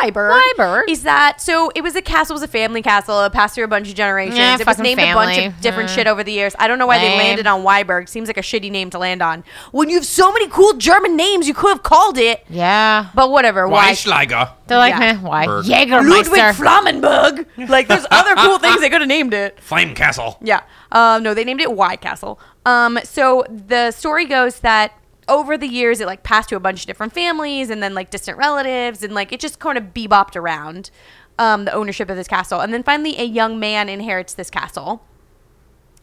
B: Weiberg,
A: Weiberg.
B: is that so? It was a castle, it was a family castle, it passed through a bunch of generations.
A: Yeah,
B: it was
A: fucking
B: named a bunch
A: family.
B: of different
A: Mm.
B: shit over the years. I don't know why they
A: Lame.
B: landed on Weiberg. Seems like a shitty name to land on. When you have so many cool German names, you could have called it.
A: Yeah.
B: But whatever. Why?
C: Weischlager.
A: They're like,
B: Yeah.
A: meh, why?
C: Berg.
B: Ludwig
A: Jägermeister.
B: Flamenburg. Like, there's other cool things they could have named it.
C: Flame Castle.
B: Yeah. Um, no, they named it Y Castle. Um, so the story goes that over the years, it like passed to a bunch of different families and then like distant relatives and like it just kind of bebopped around um, the ownership of this castle. And then finally, a young man inherits this castle.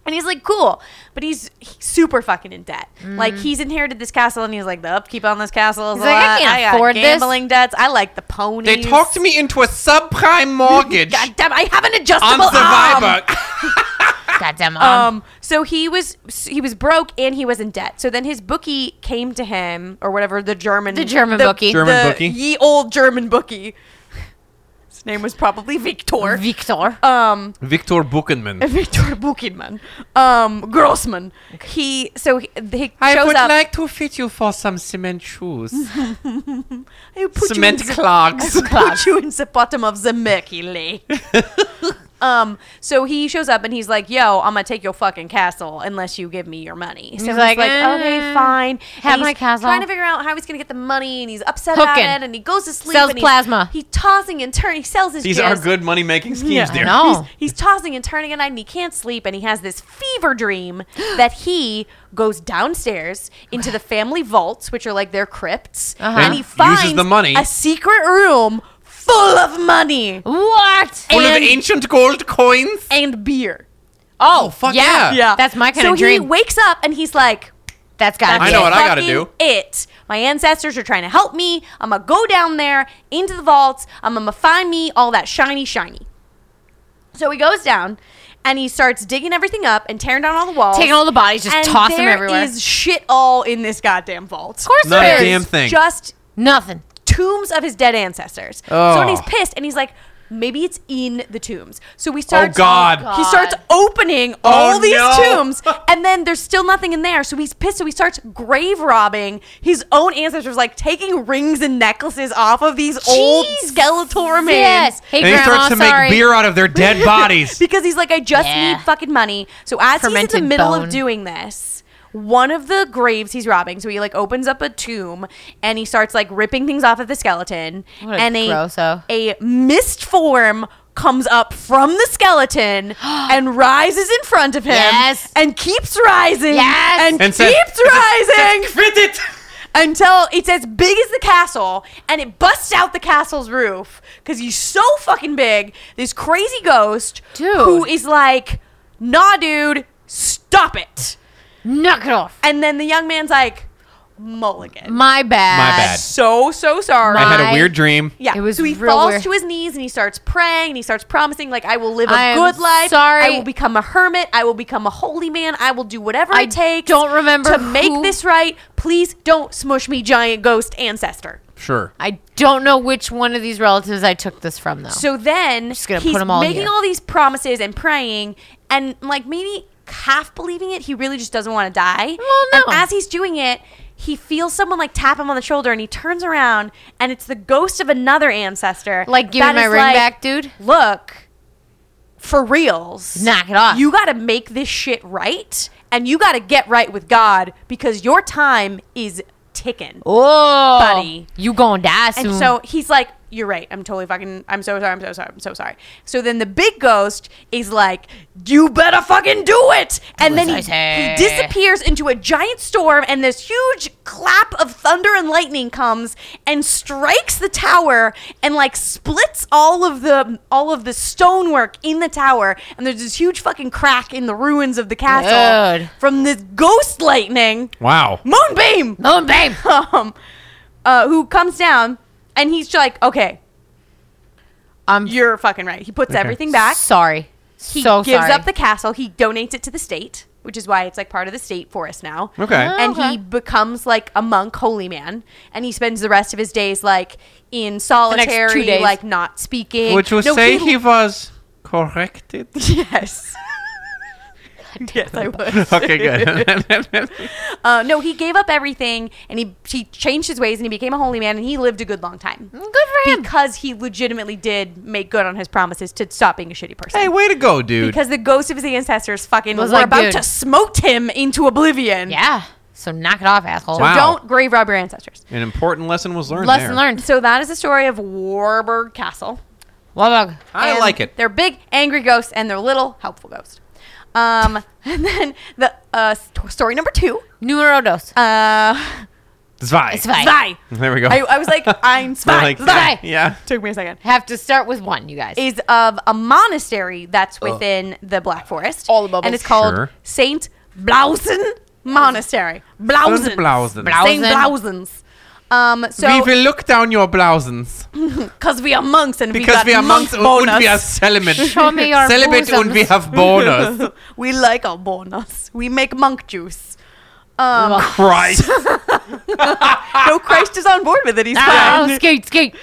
B: And he's like, cool, but he's, he's super fucking in debt. Like he's inherited this castle, and he's like, the upkeep on this castle is
A: Mm. He's
B: a
A: like, I
B: lot.
A: can't
B: got
A: afford this."
B: gambling debts. I like the
C: They
B: ponies.
C: talked me into a subprime mortgage
B: God damn, I have an
C: on
B: adjustable arm.
C: Survivor.
A: Goddamn um,
B: Um, so he was he was broke and he was in debt. So then his bookie came to him or whatever the German
A: The German bookie.
C: German
B: the
C: bookie.
B: ye old German bookie. His name was probably Victor.
A: Victor.
B: um,
C: Victor Buchenmann.
B: Victor Buchenmann. Um, Grossman. He so he, he shows up.
C: to fit you for some cement shoes.
B: I put you
C: cement
B: in the-
C: clogs.
B: I put you in the bottom of the murky lake. um, so he shows up and he's like, "Yo, I'm gonna take your fucking castle unless you give me your money." So he's, like,
A: like,
B: "Okay,
A: "Eh,
B: fine."
A: have
B: And
A: my
B: he's
A: castle.
B: Trying to figure out how he's gonna get the money, and he's upset
A: Hooking.
B: about it, and he goes to sleep.
A: Sells
B: and
A: plasma.
B: He's, he's tossing and turning. He sells his.
C: These
B: jizz.
C: are good money making schemes,
B: Yeah.
C: dear.
A: No.
B: He's, he's tossing and turning at night and he can't sleep and he has this fever dream that he goes downstairs into the family vaults, which are like their crypts,
A: Uh-huh.
B: and he
C: Uses
B: finds
C: the money.
B: a secret room full of money
A: what?
C: Full of
B: And-
C: ancient gold coins.
B: and beer.
A: oh,
C: fuck yeah.
B: Yeah.
A: That's my kind
B: so
A: of dream.
B: he wakes up and he's like,
A: That's gotta
B: that's
A: be
C: I know
A: it.
C: what I gotta
B: fucking
C: do.
B: It. My ancestors are trying to help me. I'm gonna go down there into the vaults. I'm gonna find me all that shiny, shiny. So he goes down and he starts digging everything up and tearing down all the walls,
A: Taking all the bodies, just
B: and
A: toss them everywhere.
B: There is shit all in this goddamn vault. Of
A: course Not
C: a there is. damn thing.
B: Just
A: Nothing.
B: tombs of his dead ancestors. So when
C: Oh.
B: he's pissed and he's like. Maybe it's in the tombs. So we start.
C: God.
A: Oh,
C: Oh,
B: He starts opening all these
C: no.
B: tombs, and then there's still nothing in there. So he's pissed. So he starts grave robbing his own ancestors, like taking rings and necklaces off of these old
A: Jesus.
B: skeletal remains.
A: Hey,
C: and he
A: grandma,
C: starts to
A: sorry.
C: make beer out of their dead bodies.
B: Because he's like, I just
A: Yeah.
B: need fucking money. So as he's in
A: Fermented
B: the middle of
A: bone.
B: doing this, one of the graves he's robbing, so he like opens up a tomb and he starts like ripping things off of the skeleton,
A: What a
B: and
A: grosso.
B: a mist form comes up from the skeleton and rises in front of him
A: Yes.
B: and keeps rising
A: Yes.
B: and,
C: And says-
B: keeps rising
C: Fit it.
B: until it's as big as the castle and it busts out the castle's roof because he's so fucking big. This crazy ghost
A: Dude.
B: who is like, nah, dude, stop it.
A: Knock it off.
B: And then the young man's like, mulligan.
A: My bad.
C: My bad.
B: So, so sorry.
C: I had
A: My-
C: a weird dream.
B: yeah,
A: It was
B: so he
A: real
B: falls
A: weird.
B: to his knees and he starts praying and he starts promising, like, I will live a
A: I am
B: good life.
A: sorry.
B: I will become a hermit. I will become a holy man. I will do whatever
A: I
B: it takes.
A: don't remember
B: to make
A: who-
B: this right. Please don't smush me, giant ghost ancestor.
C: Sure.
A: I don't know which one of these relatives I took this from though.
B: So then
A: gonna put
B: he's
A: 'em all
B: making
A: here.
B: all these promises and praying and like maybe half believing it. He really just doesn't want to die.
A: Well, no.
B: And as he's doing it, he feels someone like tap him on the shoulder and he turns around and it's the ghost of another ancestor.
A: like, give me
B: that
A: my
B: is
A: ring
B: like,
A: back, dude.
B: Look, for reals.
A: Knock it off.
B: You got to make this shit right and you got to get right with God because your time is ticking.
A: Oh,
B: Buddy.
A: you gonna die soon.
B: And so he's like, "You're right. I'm totally fucking. I'm so sorry. I'm so sorry. I'm so sorry." So then the big ghost is like, "You better fucking do it!" And then
A: as I
B: he,
A: say.
B: he disappears into a giant storm, and this huge clap of thunder and lightning comes and strikes the tower and like splits all of the all of the stonework in the tower, and there's this huge fucking crack in the ruins of the castle
A: Dude.
B: from this ghost lightning
C: Wow.
B: moonbeam
A: oh, babe.
B: um, uh, who comes down and he's like, okay,
A: I'm
B: you're fucking right. He puts everything back.
A: sorry.
B: He
A: so
B: gives
A: sorry.
B: up the castle. He donates it to the state, which is why it's like part of the state forest now.
C: Okay.
A: Oh,
B: And
A: okay.
B: he becomes like a monk, holy man, and he spends the rest of his days like in solitary,
A: days.
B: like not speaking.
E: Which would
B: No,
E: say he was corrected.
B: yes. yes, I was.
C: Okay, good.
B: Uh, no, he gave up everything and he he changed his ways and he became a holy man and he lived a good long time.
A: Good for him.
B: Because he legitimately did make good on his promises to stop being a shitty person.
C: hey, way to go, dude.
B: because the ghost of his ancestors fucking
A: Was
B: were
A: like,
B: about
A: dude.
B: to smote him into oblivion.
A: yeah. So knock it off, asshole.
C: Wow.
B: Don't grave rob your ancestors.
C: An important lesson was learned.
A: Lesson
C: there.
A: learned.
B: So that is the story of Warburg Castle.
A: Wabug.
C: I
B: And
C: like it.
B: They're big, angry ghosts, and they're little, helpful ghosts. Um, and then the uh, st- story number two.
A: Numero dos.
B: Uh,
C: Zwei.
A: It's fine.
B: Spy.
C: There we go.
B: I, I was like, I'm
C: We're
B: spy.
C: like,
B: spy.
C: Yeah.
B: Took me a second.
A: Have to start with one, you guys.
B: Is of a monastery that's within the Black Forest.
A: Oh. All the bubbles.
B: And it's called
C: Sure.
B: Saint Blausen Monastery. Blausen.
C: Blausens.
A: Blausen.
B: Saint Blausens. Um, so,
C: look down your blousens.
B: because we are monks and we
C: Because
B: got
C: we, are monks
B: monk
C: und we are
B: bonus.
C: celibate.
A: Show me your
C: celibate and we
A: bosoms.
C: have bonus.
B: We like our bonus. We make monk juice. Um,
C: Christ.
B: no, Christ is on board with it. He's fine.
A: Ah, oh, skate, skate.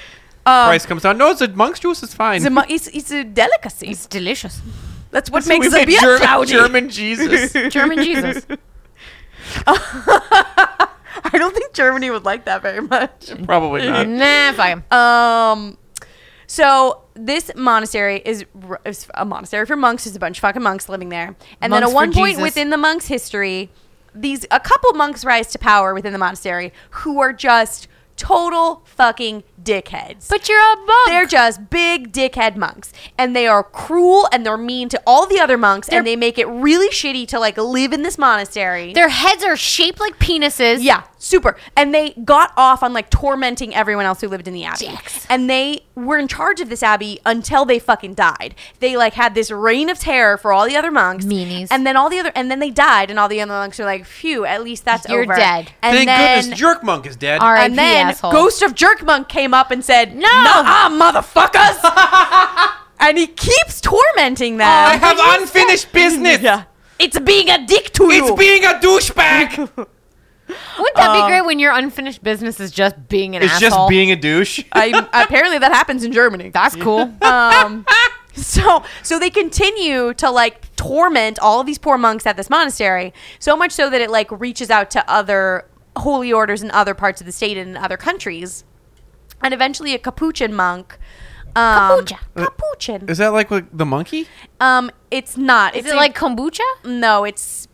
C: Christ comes down. No, the monk's juice is fine.
B: It's a, mo- it's, it's a delicacy.
A: It's delicious.
B: That's what
C: we
B: makes the
C: made
B: beer
C: German,
B: cloudy.
C: German Jesus.
A: German Jesus.
B: I don't think Germany would like that very much.
C: Probably not.
A: nah, fuck him.
B: Um, so this monastery is, r- is a monastery for monks. There's a bunch of fucking monks living there. And
A: Monks
B: then at
A: for
B: one point
A: Jesus.
B: within the monks' history, these a couple monks rise to power within the monastery who are just total fucking dickheads.
A: But you're a bug.
B: They're just big dickhead monks, and they are cruel and they're mean to all the other monks, and
A: They're-
B: they make it really shitty to like live in this monastery.
A: Their heads are shaped like penises.
B: yeah, super. And they got off on like tormenting everyone else who lived in the abbey.
A: Dicks.
B: And they were in charge of this abbey until they fucking died. They like had this reign of terror for all the other monks.
A: Meanies.
B: And then all the other and then they died and all the other monks were like, "Phew, at least that's
A: You're
B: over."
A: dead.
B: And
C: Thank
B: then
C: goodness Jerk Monk is dead.
A: All right.
B: and then
A: asshole.
B: Ghost of Jerk Monk came up and said,
A: No.
B: "Nuh-uh, motherfuckers!" and he keeps tormenting them.
C: I have unfinished business.
B: um, yeah. It's being a dick to you.
C: It's being a douchebag.
A: Wouldn't that
B: Um,
A: be great when your unfinished business is just being an
C: it's
A: asshole?
C: just being a douche.
B: I, apparently, that happens in Germany.
A: That's cool.
B: Um, so, so they continue to like torment all of these poor monks at this monastery, so much so that it like reaches out to other holy orders in other parts of the state and in other countries, and eventually a Capuchin monk. Um,
A: Capucha.
B: Capuchin.
C: Uh, Is that like with the monkey?
B: Um, it's not.
A: is
B: it's
A: it
B: a-
A: like kombucha?
B: no? It's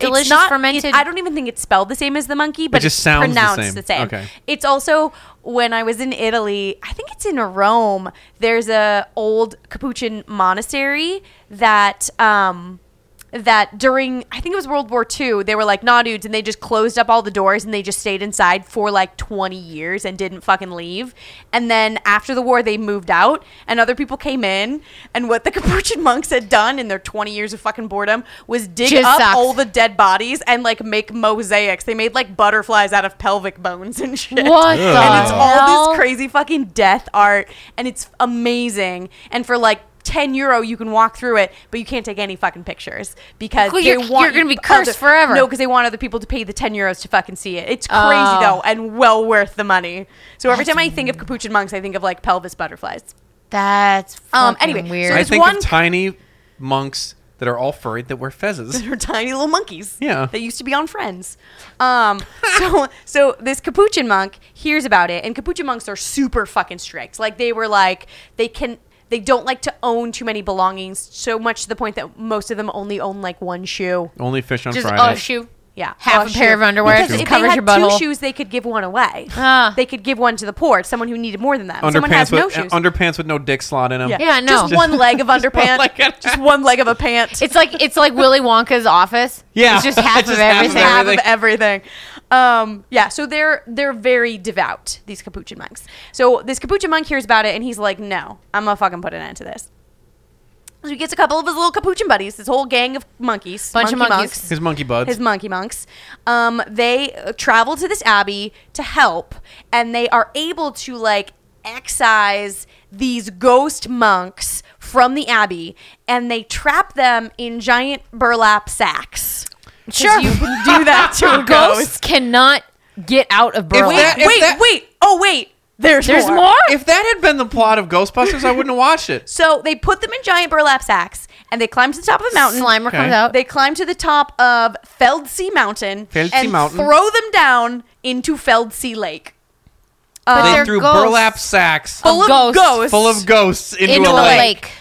A: Delicious
B: it's not,
A: fermented-
B: it- I don't even think it's spelled the same as the monkey, but
C: just
B: it's
C: sounds the
B: pronounced
C: same.
B: the same.
C: Okay.
B: It's also when I was in Italy. I think it's in Rome. There's a old Capuchin monastery that. Um, that during I think it was World War II, they were like, nah dudes, and they just closed up all the doors and they just stayed inside for like twenty years and didn't fucking leave. And then after the war they moved out and other people came in and what the Capuchin monks had done in their twenty years of fucking boredom was dig
A: Jizz
B: up
A: socks.
B: all the dead bodies and like make mosaics. They made like butterflies out of pelvic bones and shit.
A: What the
B: And it's all
A: hell?
B: this crazy fucking death art and it's amazing. And for like 10 euro you can walk through it, but you can't take any fucking pictures because
A: Well,
B: they
A: you're-
B: want
A: you're gonna be
B: other-
A: cursed forever.
B: No, because they want other people to pay the 10 euros to fucking see it. It's crazy
A: Oh.
B: though and well worth the money. So every time I think of capuchin monks, I think of like pelvis butterflies.
A: That's
B: Um,
A: um.
B: anyway,
A: Anyway,
B: so
A: weird.
C: I
B: There's
C: think
B: one-
C: of tiny monks that are all furry that wear fezzes.
B: They're tiny little monkeys.
C: Yeah.
B: That used to be on Friends. Um, so, so this Capuchin monk hears about it, and Capuchin monks are super fucking strict. Like they were like they can. They don't like to own too many belongings, so much to the point that most of them only own like one shoe.
C: Only fish on
A: just
C: Friday.
A: oh shoot.
B: Yeah,
A: Half
B: or
A: a pair of underwear
B: Because
A: just
B: if
A: covers
B: they had
A: your butthole.
B: two shoes, they could give one away.
A: Ah.
B: They could give one to the poor, someone who needed more than them. someone
C: Underpants
B: has
C: with uh,
B: no shoes.
C: underpants with no dick slot in them.
A: Yeah, no.
B: Just one leg of underpants.
C: leg of-
B: just one leg of a pant.
A: It's like it's like Willy Wonka's office.
C: Yeah.
A: it's just half
C: Just
A: of
C: half of
A: everything.
C: everything.
B: half of everything. Um, yeah, so they're they're very devout these Capuchin monks. So this Capuchin monk hears about it and he's like, "No, I'm gonna fucking put an end to this." So he gets a couple of his little Capuchin buddies, his whole gang of monkeys,
A: Bunch of
B: monkey
A: monkeys.
B: monks,
C: His monkey buds.
B: his monkey monks. Um, they uh, travel to this abbey to help, and they are able to like excise these ghost monks from the abbey, and they trap them in giant burlap sacks. 'Cause
A: Sure.
B: you can do that to a ghost.
A: Ghosts cannot get out of
C: If
A: Berlin.
C: that-
B: wait,
C: that-
B: wait. Oh, wait. There's,
A: There's
B: more.
A: more?
C: If that had been the plot of Ghostbusters, I wouldn't have watched it.
B: So they put them in giant burlap sacks and they climb to the top of a mountain.
A: Slimer
C: Okay.
A: comes out.
B: They climb to the top of Feldsea Mountain
C: Feldsea
B: and
C: Mountain.
B: throw them down into Feldsea Lake.
A: But
C: They
A: they're
C: threw
A: ghosts
C: burlap sacks
B: Full of
A: ghosts.
B: ghosts.
C: full of ghosts into,
A: into
C: a
A: a
C: lake.
A: lake.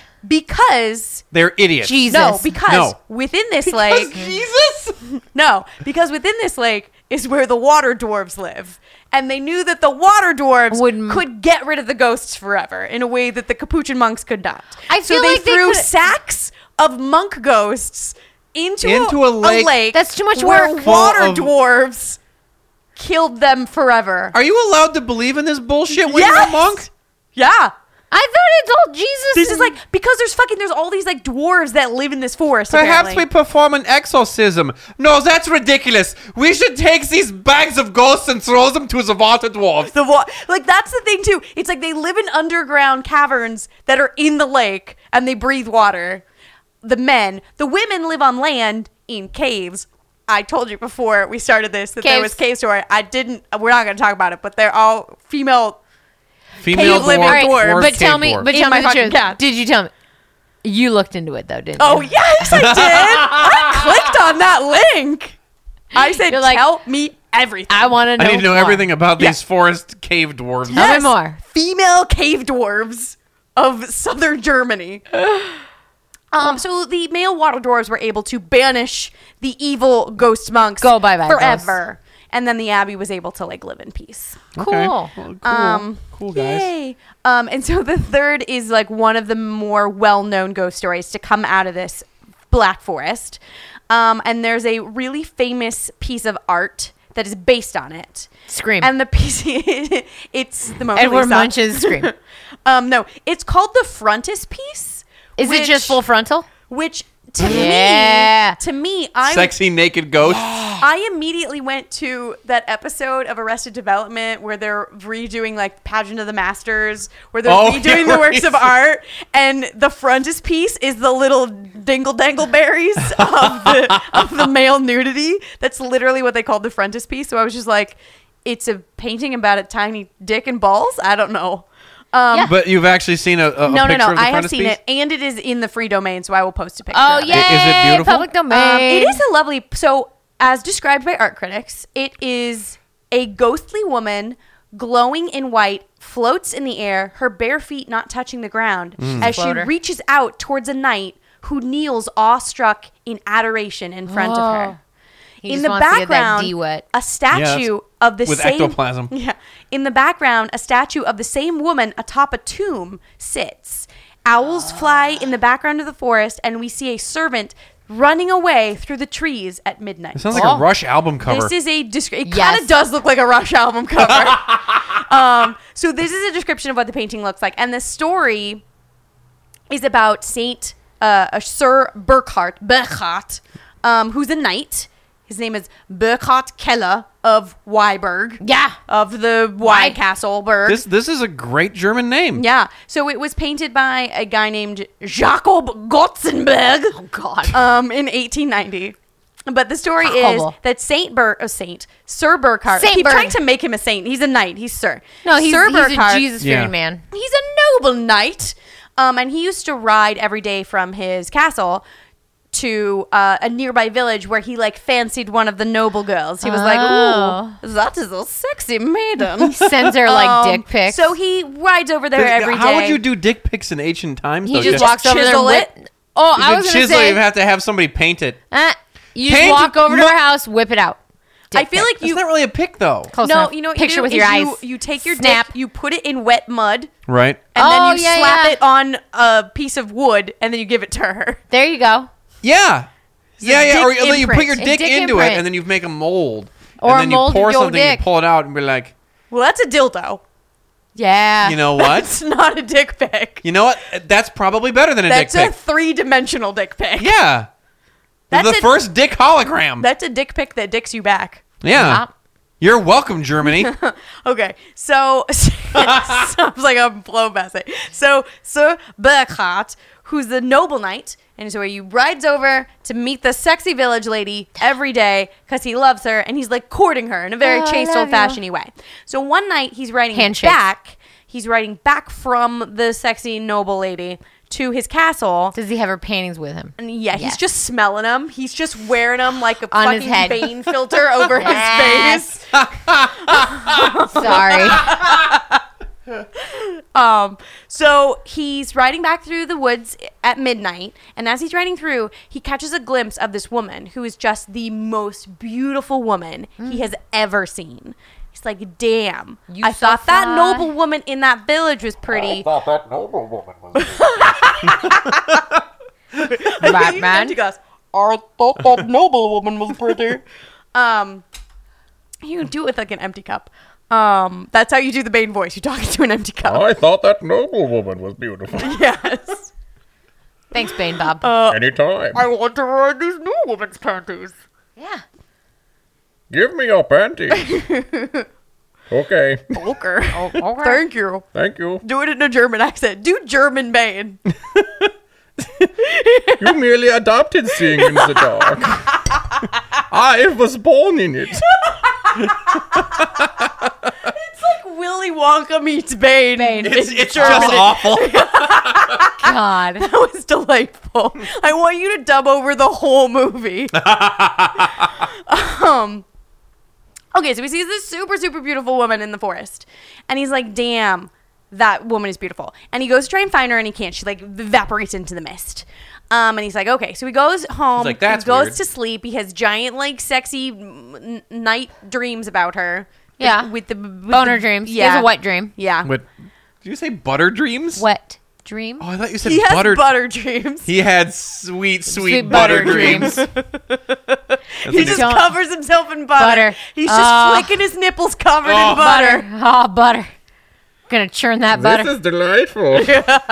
B: Because
C: They're idiots.
A: Jesus.
B: no, because
C: No.
B: within this lake
C: Jesus.
B: No, because within this lake is where the water dwarves live. And they knew that the water dwarves
A: Would m-
B: could get rid of the ghosts forever in a way that the Capuchin monks could not.
A: I
B: so
A: feel
B: they
A: like they
B: threw
A: could-
B: sacks of monk ghosts into,
C: Into a lake.
A: That's too much
B: where
A: work.
B: Water
C: Full of-
B: dwarves killed them forever.
C: Are you allowed to believe in this bullshit when you're a
B: Yes!
C: monk?
B: yeah.
A: I thought it's all Jesus.
B: This is
A: and-
B: like because there's fucking there's all these like dwarves that live in this forest.
C: Perhaps
B: apparently.
C: we perform an exorcism. No, that's ridiculous. We should take these bags of ghosts and throw them to the water dwarves.
B: the wa- like that's the thing too it's like they live in underground caverns that are in the lake and they breathe water the men the women live on land in caves i told you before we started this that there was
A: Caves.
B: cave story i didn't we're not going to talk about it but they're all female
C: Female
B: Cave living
C: dwarf,
B: dwarf.
C: dwarf,
A: but tell
C: cave
A: me,
C: dwarf.
A: but
B: In
A: tell
B: my
A: me the
B: fucking
A: truth.
B: cat.
A: Did you tell me? You looked into it though, didn't you?
B: oh yes i did i clicked on that link i said
A: You're like,
B: tell me everything
A: I want to know.
C: I need to know
A: more.
C: everything about
B: Yeah.
C: these forest cave dwarves.
A: Tell me more.
B: female cave dwarves of southern Germany. Um, so the male water dwarves were able to banish the evil ghost monks
A: Go bye-bye,
B: forever, and then the abbey was able to like live in peace.
A: Cool.
C: Cool.
B: Um,
C: cool guys.
B: Yay. Um, and so the third is like one of the more well-known ghost stories to come out of this Black Forest. Um, and there's a really famous piece of art that is based on it.
A: Scream.
B: And the piece, it's the Mona
A: Edward
B: Lisa.
A: Munch's scream.
B: Um, no, it's called the frontispiece.
A: Is it
B: which-
A: just full frontal?
B: Which to
A: Yeah.
B: me, to me, I
C: Sexy naked ghosts.
B: I immediately went to that episode of Arrested Development where they're redoing like Pageant of the Masters, where they're
C: Oh,
B: redoing
C: yeah,
B: the works of
C: right.
B: art, and the frontispiece is the little dingle dangle berries of the of the male nudity. That's literally what they called the frontispiece. So I was just like, it's a painting about a tiny dick and balls. I don't know. Um,
A: Yeah.
C: But you've actually seen a, a a
B: no, no,
C: picture
B: no.
C: of the
B: I have seen
C: frontispiece?
B: it, and it is in the free domain, so I will post a picture.
A: Oh
B: of it.
A: yeah.
C: beautiful?
A: Public domain.
B: Um, it is a lovely. So, as described by art critics, it is a ghostly woman, glowing in white, floats in the air, her bare feet not touching the ground,
C: Mm.
B: as
A: Floater.
B: she reaches out towards a knight who kneels awestruck in adoration in front of
A: Oh.
B: her.
A: He
B: in
A: just
B: the
A: wants to get that
B: background, uh,
A: D wet.
B: a statue
C: that's-
B: of the
C: with
B: same
C: ectoplasm.
B: Yeah, in the background, a statue of the same woman atop a tomb sits. Owls fly in the background of the forest, and we see a servant running away through the trees at midnight.
C: It sounds like a Rush album cover.
B: This is a description. It
A: Yes.
B: kind of does look like a Rush album cover. um, so this is a description of what the painting looks like, and the story is about Saint uh, uh, Sir Burkhart Burkhart, um, who's a knight. His name is Burkhart Keller of Weiberg.
A: Yeah.
B: of the
A: Why-
B: Y Castle Burg.
C: this this is a great German name.
B: yeah, so it was painted by a guy named Jacob Gotzenberg. Oh
A: God.
B: um, in 1890. But the story
A: Ah, Horrible.
B: is that Saint Bur oh, Saint Sir Burkhart.
A: Saint
B: keep
A: Bur-
B: trying to make him a saint. He's a knight. He's Sir.
A: no, he's,
B: Sir
A: he's a
B: Burkhart-
A: Jesus fearing
C: Yeah.
A: man.
B: He's a noble knight, um, and he used to ride every day from his castle to uh, a nearby village where he like fancied one of the noble girls. He was
A: Oh.
B: like, "Ooh, that is a sexy maiden."
A: Sends her like
B: Um,
A: dick pics.
B: So he rides over there
C: Th-
B: every day.
C: How would you do dick pics in ancient times?
A: he
C: though,
A: just
C: Jess?
A: walks over there.
B: chisel
A: and whip-
B: it?
A: Oh,
C: You
A: I
C: could
A: was gonna
C: chisel.
A: say
C: You have to have somebody paint it.
A: eh, you just
C: Paint
A: walk over to
C: mo-
A: her house, whip it out.
B: I feel like
C: It's
B: you
C: not really a pic though,
A: Close
B: no,
A: enough.
B: you know what
A: picture
B: you do
A: with your
B: is
A: eyes.
B: You, you take your
A: Snap.
B: dick, you put it in wet mud,
C: right?
B: and
A: Oh,
B: then you
A: yeah,
B: slap
A: yeah.
B: it on a piece of wood, and then you give it to her.
A: There you go.
C: Yeah, yeah, yeah.
B: dick
C: Or you- you put
B: imprint.
C: your
A: A
C: dick,
A: dick
C: into
A: imprint.
C: it, and then you make a mold,
A: Or
C: and
A: a
C: then
A: mold of
C: you pour
A: your
C: something,
A: dick.
C: you pull it out, and be like,
B: Well, that's a dildo.
A: Yeah.
C: you know what?
B: It's not a dick pic.
C: you know what? That's probably better than a
B: That's
C: dick
B: a
C: pic.
B: three-dimensional dick pic.
C: yeah,
B: That's
C: the
B: a-
C: first dick hologram.
B: That's a dick pic that dicks you back.
C: yeah.
A: Yeah.
C: You're welcome, Germany.
B: Okay, so sounds like a blow message. So Sir Burkhardt, who's the noble knight, And so he rides over to meet the sexy village lady every day because he loves her and he's like courting her in a very
A: Oh, I
B: chaste,
A: love
B: old fashioned way. So one night he's riding
A: Handshakes.
B: back. He's riding back from the sexy noble lady to his castle.
A: Does he have her paintings with him?
B: And yeah,
A: Yes.
B: he's just smelling them. He's just wearing them like a
A: On his
B: fucking
A: head.
B: Bane filter over his face.
A: Yes. Sorry.
B: Um, so he's riding back through the woods at midnight, and as he's riding through, he catches a glimpse of this woman who is just the most beautiful woman he has ever seen. He's like, "Damn,
A: You
B: I
A: so
B: thought that
A: fly."
B: noble woman in that village was pretty."
G: thought that noble woman was.
B: He
A: Batman.
B: goes,
G: I thought that noble woman was pretty.
B: um, you do it with like an empty cup. Um, that's how you do the Bane voice. You talk into an empty cup.
G: I thought that noble woman was beautiful.
B: Yes.
A: Thanks, Bane Bob.
B: Uh,
G: Anytime.
H: I want to ride these new woman's panties.
A: yeah.
G: Give me your panties. okay.
B: Poker.
A: Oh,
B: Thank you.
G: Thank you.
B: Do it in a German accent. Do German Bane.
G: You merely adopted seeing in the dark. I was born in it.
B: Willy Wonka meets Bane.
C: It's, it's just awful.
A: God.
B: That was delightful. I want you to dub over the whole movie. um, okay, so he sees this super, super beautiful woman in the forest. And he's like, damn, that woman is beautiful. And he goes to try and find her and he can't. She like evaporates into the mist. Um, and he's like, okay. So he goes home.
C: like, "That's
B: he goes
C: weird."
B: to sleep. He has giant, like, sexy mm, n- night dreams about her.
A: Yeah.
B: With, the with
C: Oh,
A: Boner
B: the-
A: dreams. Yeah.
B: Yeah.
A: He has a wet dream.
B: Yeah.
C: What? Did you say butter dreams?
A: Wet dream.
C: Oh, I thought you said
B: he has
C: butter.
B: butter dreams.
C: He had sweet, sweet,
A: Sweet
C: butter,
A: butter
C: dreams.
B: He just
A: Don't-
B: covers himself in butter.
A: Butter.
B: He's just
A: Ah.
B: flicking his nipples covered in
C: Oh.
B: butter.
A: Oh, butter. Gonna churn that butter.
G: This is delightful.
A: exactly.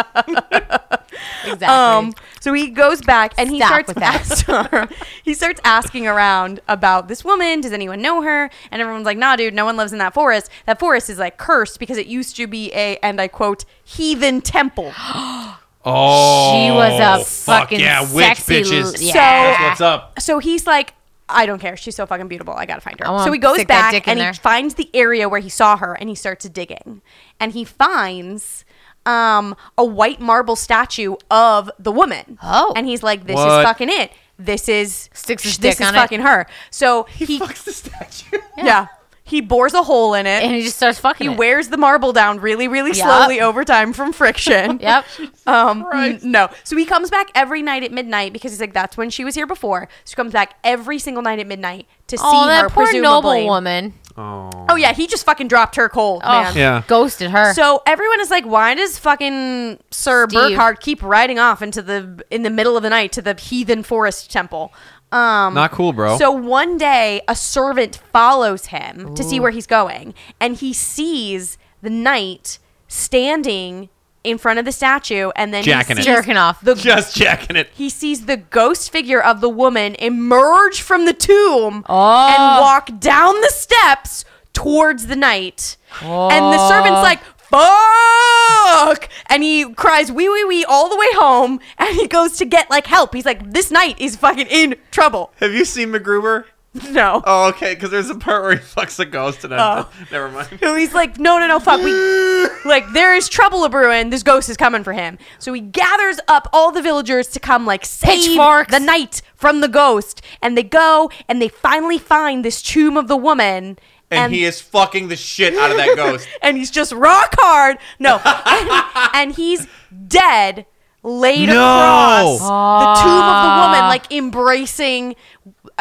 B: Um, so he goes back and he
A: Stop
B: starts
A: with that.
B: ask- he starts asking around about this woman. Does anyone know her? And everyone's like, Nah, dude, no one lives in that forest. That forest is like cursed because it used to be a and I quote heathen temple.
C: Oh,
A: she was a
C: fuck
A: fucking
C: yeah, witch
A: sexy
C: bitches.
A: l- yeah.
B: So-
C: That's what's up.
B: so he's like I don't care. She's so fucking beautiful. I gotta find her.
A: I wanna
B: So he goes
A: stick that
B: back
A: dick in
B: and he
A: there.
B: finds the area where he saw her, and he starts digging, and he finds um, a white marble statue of the woman.
A: Oh.
B: and he's like, "This is
C: What?
B: fucking it. This is
A: Sticks his
B: this
A: dick
B: is
A: on it.
B: fucking her." So he,
C: Fucks the statue.
B: yeah. he bores a hole in it.
A: and he just starts fucking.
B: he
A: it.
B: wears the marble down really, really
A: Yup.
B: slowly over time from friction.
A: Yep.
B: Um, n- no. So he comes back every night at midnight because he's like, that's when she was here before. So he comes back every single night at midnight to
A: Oh,
B: see
A: that
B: her.
A: poor
B: presumably.
A: noble woman.
B: Oh yeah, he just fucking dropped her cold,
A: Oh,
B: man.
C: Yeah.
A: ghosted her.
B: So everyone is like, why does fucking Sir
A: Steve.
B: Burkhard keep riding off into the in the middle of the night to the heathen forest temple? Um,
C: Not cool, bro.
B: So one day, a servant follows him to see where he's going, and he sees the knight standing in front of the statue, and then
C: Jacking
B: he
C: it.
B: sees
A: jerking off.
B: the
C: Just jacking it.
B: he sees the ghost figure of the woman emerge from the tomb
A: Oh.
B: and walk down the steps towards the knight. And the servant's like, fuck! And he cries, wee, wee, wee, all the way home. And he goes to get like help. He's like, this knight is fucking in trouble.
C: Have you seen MacGruber?
B: No.
C: Oh, okay. Because there's a part where he fucks a ghost, and I
B: Oh.
C: never mind.
B: So he's like, no, no, no, fuck. We, like, there is trouble a brewing. This ghost is coming for him. So he gathers up all the villagers to come, like, save
A: Pitchforks.
B: the knight from the ghost. And they go and they finally find this tomb of the woman.
C: And, he is fucking the shit out of that ghost.
B: and he's just rock hard. No. and, and he's dead, laid across the tomb of the woman, like, embracing.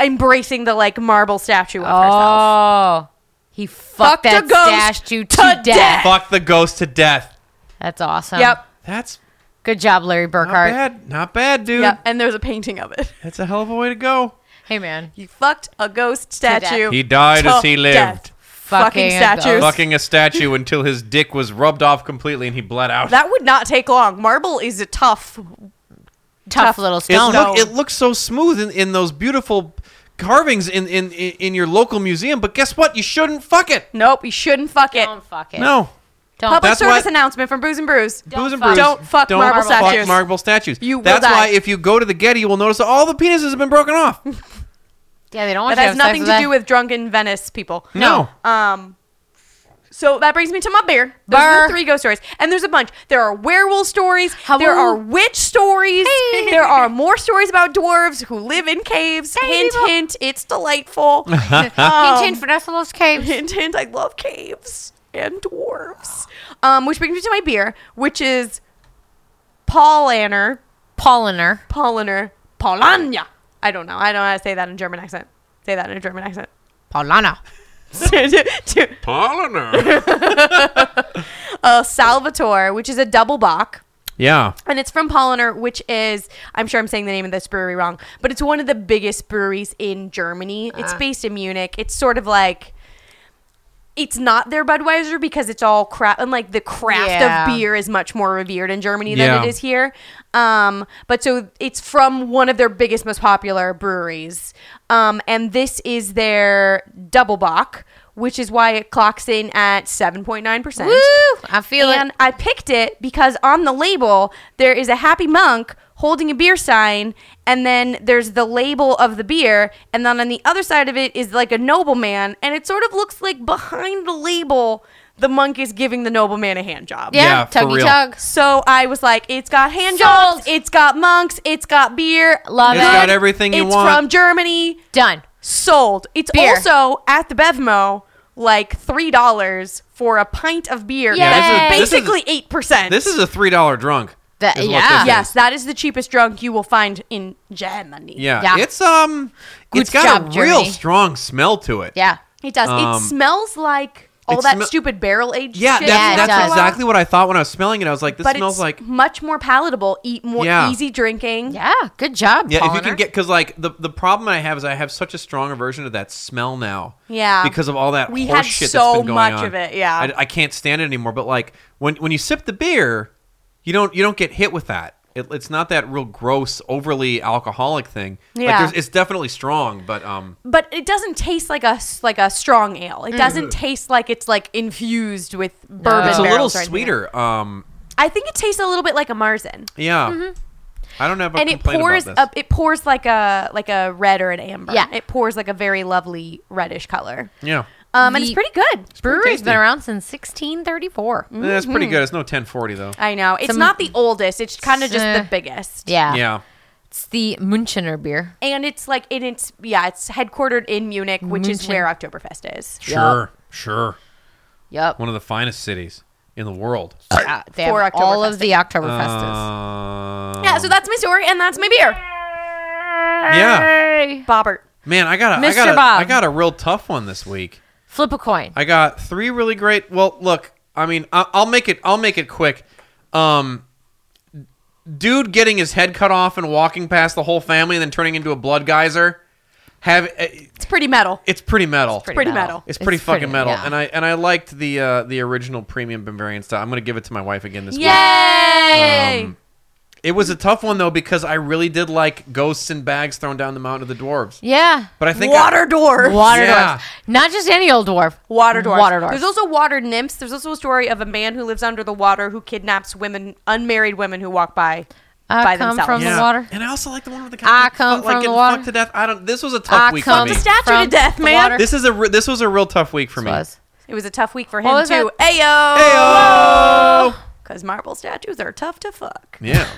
B: Embracing the like marble statue of
A: Oh,
B: herself.
A: he fucked
B: Fucked a
A: that
B: ghost
A: statue to,
B: to
A: death.
B: death.
C: Fuck the ghost to death.
A: That's awesome.
B: Yep,
C: That's
A: Good job, Larry
C: not
A: Burkhart.
C: bad. Not bad, dude.
B: yep. And there's a painting of it.
C: That's a hell of a way to go.
A: Hey, man.
B: You fucked a ghost
A: death.
B: statue.
C: He died as
B: to
C: he
B: death.
C: lived.
B: Fucking
A: Fucking a
B: statues.
A: ghost.
C: Fucking a statue until his dick was rubbed off completely and he bled out.
B: That would not take long. Marble is a tough.
A: Tough,
B: Tough.
A: little
C: It,
A: stone.
C: look, it looks so smooth in, in those beautiful carvings in, in, in in your local museum, but guess what? You shouldn't fuck it.
B: Nope, you shouldn't fuck it.
A: Don't fuck it.
C: No.
A: Don't.
B: Public
C: That's
B: service
C: why-
B: announcement from Bruce and Bruce.
C: Booze and
A: fuck-
C: brews.
B: don't fuck marble
C: fuck
B: statues.
C: marble statues.
B: You will
C: That's
B: die.
C: why if you go to the Getty, you will notice that all the penises have been broken off.
A: yeah, they don't want
B: That
A: you have
B: has
A: sex
B: nothing to
A: that.
B: do with drunken Venice people.
C: No.
B: Um, so that brings me to my beer. There's
A: Burr.
B: the three ghost stories, and there's a bunch. There are werewolf stories. There
A: Hello.
B: are witch stories. There are more stories about dwarves who live in caves. hint,
A: people.
B: hint. It's delightful.
A: Hint,
B: Um,
A: hint, Vanessa loves caves.
B: Hint, hint. I love caves and dwarves. Um, which brings me to my beer, which is Paul Anner,
A: Polliner.
B: Polliner, Polanya. I don't know. I don't know how to say that in German accent. Say that in a German accent.
A: Paulana.
C: Polliner.
B: uh, Salvatore, which is a double bock.
C: yeah.
B: And it's from Polliner, which is, I'm sure I'm saying the name of this brewery wrong, but it's one of the biggest breweries in Germany. It's
A: Uh.
B: based in Munich. It's sort of like, it's not their Budweiser because it's all crap. And like the craft
A: Yeah.
B: of beer is much more revered in Germany
C: Yeah.
B: than it is here. Um, but so it's from one of their biggest, most popular breweries. Um, and this is their double bock, which is why it clocks in at 7.9%.
A: Woo! I feel
B: And
A: it.
B: I picked it because on the label there is a happy monk holding a beer sign, and then there's the label of the beer, and then on the other side of it is like a nobleman, and it sort of looks like behind the label the monk is giving the nobleman a hand job.
A: Yeah,
C: Yeah, for
A: tuggy
C: real.
A: tug.
B: So I was like, it's got hand jobs, it's got monks, it's got beer,
A: Love
C: It's
A: it.
C: got everything you
B: it's
C: want.
B: from Germany,
A: Done.
B: sold. It's
A: Beer.
B: also at the Bevmo like three dollars for a pint of beer.
A: Yeah, this
B: That's
C: is- this is-
B: basically eight percent.
C: This is a three dollar drunk.
A: That-
C: is what
A: yeah.
C: this is.
B: yes, that is the cheapest drunk you will find in Germany.
C: Yeah.
A: Yeah.
C: It's um
A: Good
C: it's got
A: job,
C: a real
A: Germany.
C: strong smell to it.
A: Yeah.
B: it does.
C: Um,
B: it smells like all
C: it
B: that
C: smel-
B: stupid barrel aged.
C: Yeah,
B: shit
C: that's,
A: Yeah, it
C: that's
A: does.
C: exactly what I thought when I was smelling it. I was like, this
B: But
C: smells
B: it's
C: like
B: much more palatable. Eat more
C: Yeah.
B: easy drinking.
A: Yeah. Good job.
C: Yeah, if you
A: Polliner.
C: can get because like the the problem I have is I have such a strong aversion to that smell now.
B: Yeah.
C: because of all that
B: We
C: horse
B: had
C: shit
B: so
C: that's been going
B: much
C: on.
B: of it, yeah.
C: I, I can't stand it anymore. But like when when you sip the beer, you don't you don't get hit with that. It, it's not that real gross, overly alcoholic thing. Like,
B: Yeah.
C: there's- it's definitely strong, but um,
B: But it doesn't taste like a s- like a strong ale. It doesn't taste like it's like infused with bourbon.
C: Mm. it's a little
B: barrels or anything.
C: sweeter. Um,
B: I think it tastes a little bit like a Marzen.
C: yeah. I don't have a
B: Mm-hmm. and it
C: complaint
B: pours
C: about this.
B: up. It pours like a like a red or an amber.
A: Yeah.
B: it pours like a very lovely reddish color.
C: Yeah,
B: Um, and
A: The-
B: it's pretty good.
A: Brewery's been
C: tasty.
A: around since 1634.
C: that's pretty
B: Mm-hmm.
C: good. Eh, It's no 1040 though.
B: I know it's
A: Some-
B: not the oldest. It's kind of just
A: Uh,
B: the biggest.
A: Yeah.
C: yeah,
A: It's the Münchener beer.
B: And it's like and it's yeah, it's headquartered in Munich, which is
A: München.
B: where Oktoberfest is.
C: sure, sure.
A: Yep.
C: One of the finest cities in the world.
A: Uh, they have
B: For
A: all of
B: Oktoberfest.
A: the Oktoberfestas.
C: Uh,
B: Yeah, so that's my story and that's my beer.
C: Uh, yeah.
B: Bobbert.
C: Man, I got a, I
A: Mr.
C: got a,
A: Bob.
C: I got a real tough one this week.
A: Flip a coin.
C: I got three really great. Well, look, I mean, I, I'll make it. I'll make it quick. Um, dude, getting his head cut off and walking past the whole family and then turning into a blood geyser. Have eh,
B: It's pretty metal.
C: it's pretty metal. It's
B: pretty metal.
C: It's pretty fucking metal,
A: yeah.
C: and I and I liked the uh, the original premium Bavarian style. I'm gonna give it to my wife again this week.
B: Yay!
C: It was a tough one though because I really did like ghosts and bags thrown down the mountain of the dwarves.
A: yeah.
C: But I think I-
B: water dwarf.
A: Water
C: Yeah.
A: dwarf. Not just any old dwarf.
B: Water dwarf.
A: Water dwarf.
B: There's also water nymphs. There's also a story of a man who lives under the water who kidnaps women, unmarried women who walk by
A: I
B: by
A: come from
B: themselves.
A: the water.
C: And I also like the one with the
A: I
C: guy who
A: come
C: felt like
A: from the
C: getting
A: water.
C: fucked to death. I don't. This was a tough
A: I
C: week for
A: come
C: me.
B: Fuck the statue
A: from
B: to death,
A: the
B: man.
A: water.
C: This is a re- this was a real tough week for me.
A: Was.
B: It was a tough week for
A: What
B: him
A: was
B: too. Ayo. Because marble statues are tough to fuck.
C: Yeah.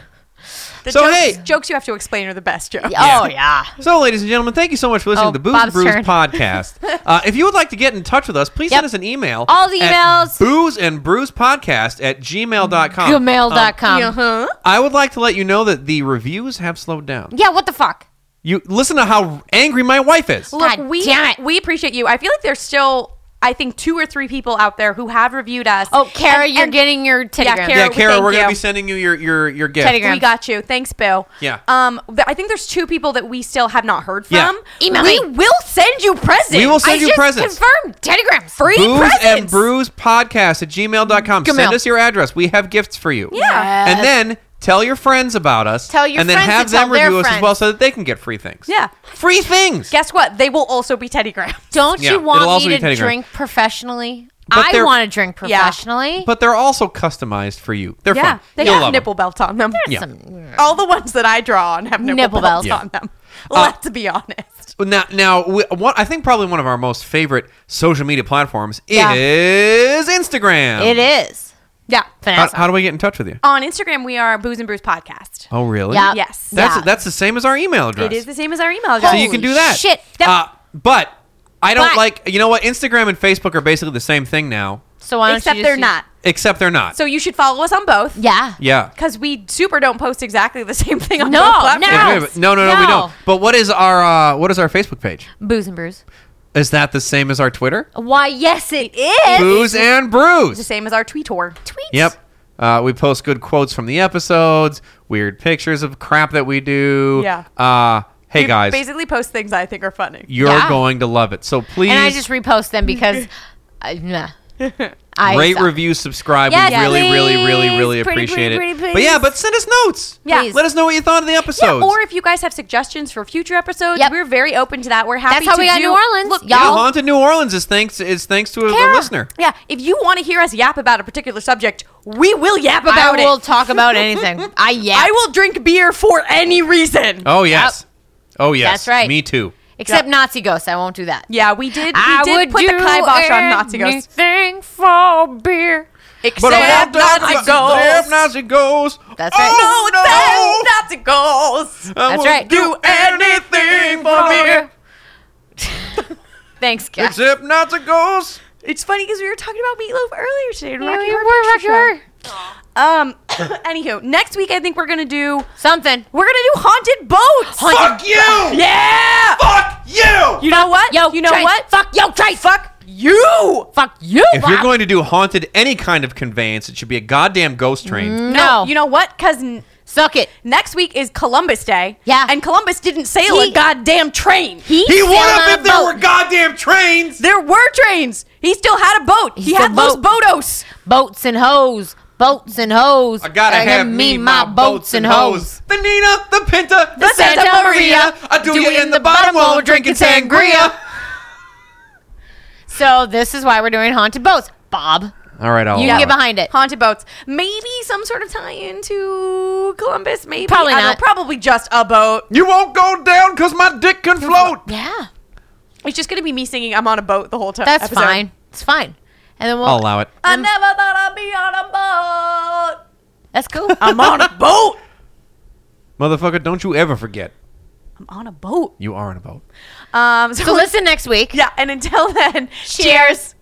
B: The
C: So,
B: jokes,
C: hey.
B: jokes you have to explain are the best jokes.
A: Oh, yeah.
C: So, ladies and gentlemen, thank you so much for listening to
A: Oh,
C: the Booze
A: Bob's
C: and Brews
A: turn.
C: podcast. Uh, if you would like to get in touch with us, please
A: Yep.
C: send us an email.
A: All the
C: at
A: emails.
C: Booze and Brews podcast at gmail.com.
A: Gmail.com.
B: Uh-huh.
C: Um, I would like to let you know that the reviews have slowed down.
A: Yeah, what the fuck?
C: You listen to how angry my wife is.
B: Look,
A: God
B: we
A: damn it.
B: we appreciate you. I feel like there's still, I think, two or three people out there who have reviewed us.
A: Oh, Kara,
B: And-
A: you're
B: and
A: getting your teddy
B: Yeah,
A: grams.
B: Kara-
C: yeah, Kara,
B: thank
C: we're gonna
B: you.
C: be sending you your your your gift.
A: Teddy grams.
B: We got you. Thanks, Bill.
C: Yeah.
B: Um, th- I think there's two people that we still have not heard from.
C: Yeah.
A: Email
B: we
A: me.
B: will send you presents.
C: We will send
A: I
C: you
A: just
C: presents.
A: confirmed. Teddy grams. Free
C: Booze
B: presents.
C: and Brews podcast at gmail.com.
A: Gmail.
C: Send us your address. We have gifts for you.
B: Yeah.
C: And then tell your friends about us.
A: Tell your
C: And then
A: friends
C: have
A: to
C: them
A: tell their
C: review us as
A: friends.
C: well so that they can get free things.
B: Yeah.
C: Free things.
B: Guess what? They will also be Teddy Graham.
A: Don't
C: Yeah,
A: you
C: it'll
A: want
C: also
A: me
C: be
A: to
C: Teddy grams.
A: drink professionally?
C: But
A: I
C: they're-
A: want to drink professionally.
C: But they're also customized for you. They're
B: Yeah,
C: fun.
B: they
C: You'll
B: have
C: love 'em.
B: nipple belts on them.
C: Yeah.
A: Some-
B: All the ones that I draw on have nipple,
A: Nipple
B: belts,
C: belts.
B: on them.
C: Uh,
B: Let's be honest.
C: Well, Now, now, we, one, I think probably one of our most favorite social media platforms
B: Yeah.
C: is Instagram.
A: it is. Oh.
B: Yeah.
C: How, how do we get in touch with you?
B: On Instagram, we are Booze and Brews Podcast.
C: Oh, really?
A: Yeah.
B: Yes.
C: That's
A: yeah.
C: that's the same as our email address.
B: It is the same as our email address.
C: so you can
A: Holy
C: do that.
A: shit. That-
C: Uh, but I don't
A: But-
C: like. You know what? Instagram and Facebook are basically the same thing now,
A: So why don't
B: Except
A: you just
B: they're
A: use-
B: not.
C: except they're not.
B: So you should follow us on both.
A: Yeah.
C: yeah.
B: Because we super don't post exactly the same thing on
A: No,
B: both platforms.
A: no.
C: Wait, wait, wait. no, no, no, we
A: No.
C: don't. But what is our uh, what is our Facebook page?
A: Booze and brews.
C: Is that the same as our Twitter?
A: Why? Yes, it is.
C: Booze and
B: It's the
C: brews.
B: same as our tweetor. Tweet.
C: Yep. Uh, we post good quotes from the episodes, weird pictures of crap that we do.
B: Yeah.
C: Uh, hey
B: We
C: guys,
B: Basically post things I think are funny.
C: you're
A: Yeah.
C: going to love it. So please
A: And I just repost them because. I nah. I
C: rate,
A: suck.
C: review, subscribe.
A: Yes,
C: we really, really, really, really
A: please. Pretty,
C: appreciate
A: pretty,
C: it.
A: pretty,
C: But yeah,
A: please.
C: but send us notes.
B: Yeah.
A: Please.
C: Let us know what you thought of the
B: Yeah,
C: episodes.
B: or if you guys have suggestions for future episodes,
A: Yep.
B: we're very open to that. We're happy
A: That's how
B: to
A: we got
B: do-
A: New Orleans,
B: Look,
C: yeah,
A: y'all.
C: Haunted New Orleans is thanks is thanks to a, a
A: Kara.
C: listener.
B: Yeah, if you want to hear us yap about a particular subject, we will yap about
A: I
B: it.
A: will talk about anything. I yeah.
B: I will drink beer for any reason.
C: Oh yes. Oh yes.
A: That's right.
C: Me too.
A: Except Nazi ghosts. I won't do that.
B: Yeah, we did. We
A: I
B: did
A: would
B: put
A: do
B: the kibosh on Nazi ghosts.
A: anything for beer.
B: Except Nazi ghosts.
C: Except Nazi ghosts.
A: That's right.
B: Oh,
C: Oh,
B: except Nazi ghosts.
C: I
A: That's
C: will
A: right.
C: Do anything for me
A: Thanks, guys.
C: except Nazi ghosts.
B: It's funny because we were talking about meatloaf earlier today. in Rocky
A: you
B: Horror
A: were,
B: Picture
A: Rocky
B: Show. Um, anywho, next week I think we're gonna do
A: Something.
B: we're gonna do haunted boats.
F: Fuck you!
B: yeah.
F: Fuck you!
B: You know what?
A: Yo,
B: you know
A: Trace.
B: what?
A: Fuck yo, Trace. Fuck.
B: you.
A: Fuck you.
C: If you're going to do haunted any kind of conveyance, it should be a goddamn ghost train.
A: no,
B: You know what? Because n-
A: suck it.
B: next week is Columbus Day.
A: Yeah.
B: And Columbus didn't sail
A: He-
B: a goddamn train.
A: He,
F: He
A: sailed
F: would
A: on
F: have
A: a
F: if there
A: boat.
F: were goddamn trains!
B: There were trains. He still had a boat. He,
A: He
B: had
A: still
B: Los Bodos.
A: boats and hoes. Boats and hoes.
C: I gotta have me my boats and hoes. The Nina, the Pinta, the
A: Santa
C: Santa Maria.
A: Maria.
C: I do you in the bottom while I'm drinking sangria.
A: So this is why we're doing haunted boats, Bob.
C: All right, I'll
A: You can get behind it.
B: Haunted boats. Maybe some sort of tie into Columbus. Maybe.
A: Probably
B: I don't know.
A: not.
B: probably just a boat.
C: You won't go down because my dick can float.
A: Yeah,
B: It's just going to be me singing I'm on a boat the whole time.
A: that's fine. It's fine. And then we'll.
C: I'll allow it.
B: I never thought I'd be on a boat.
A: That's cool.
B: I'm on a boat.
C: Motherfucker, don't you ever forget
B: I'm on a boat.
C: you are in a boat.
B: Um, so,
A: so listen next week.
B: Yeah. And until then, cheers.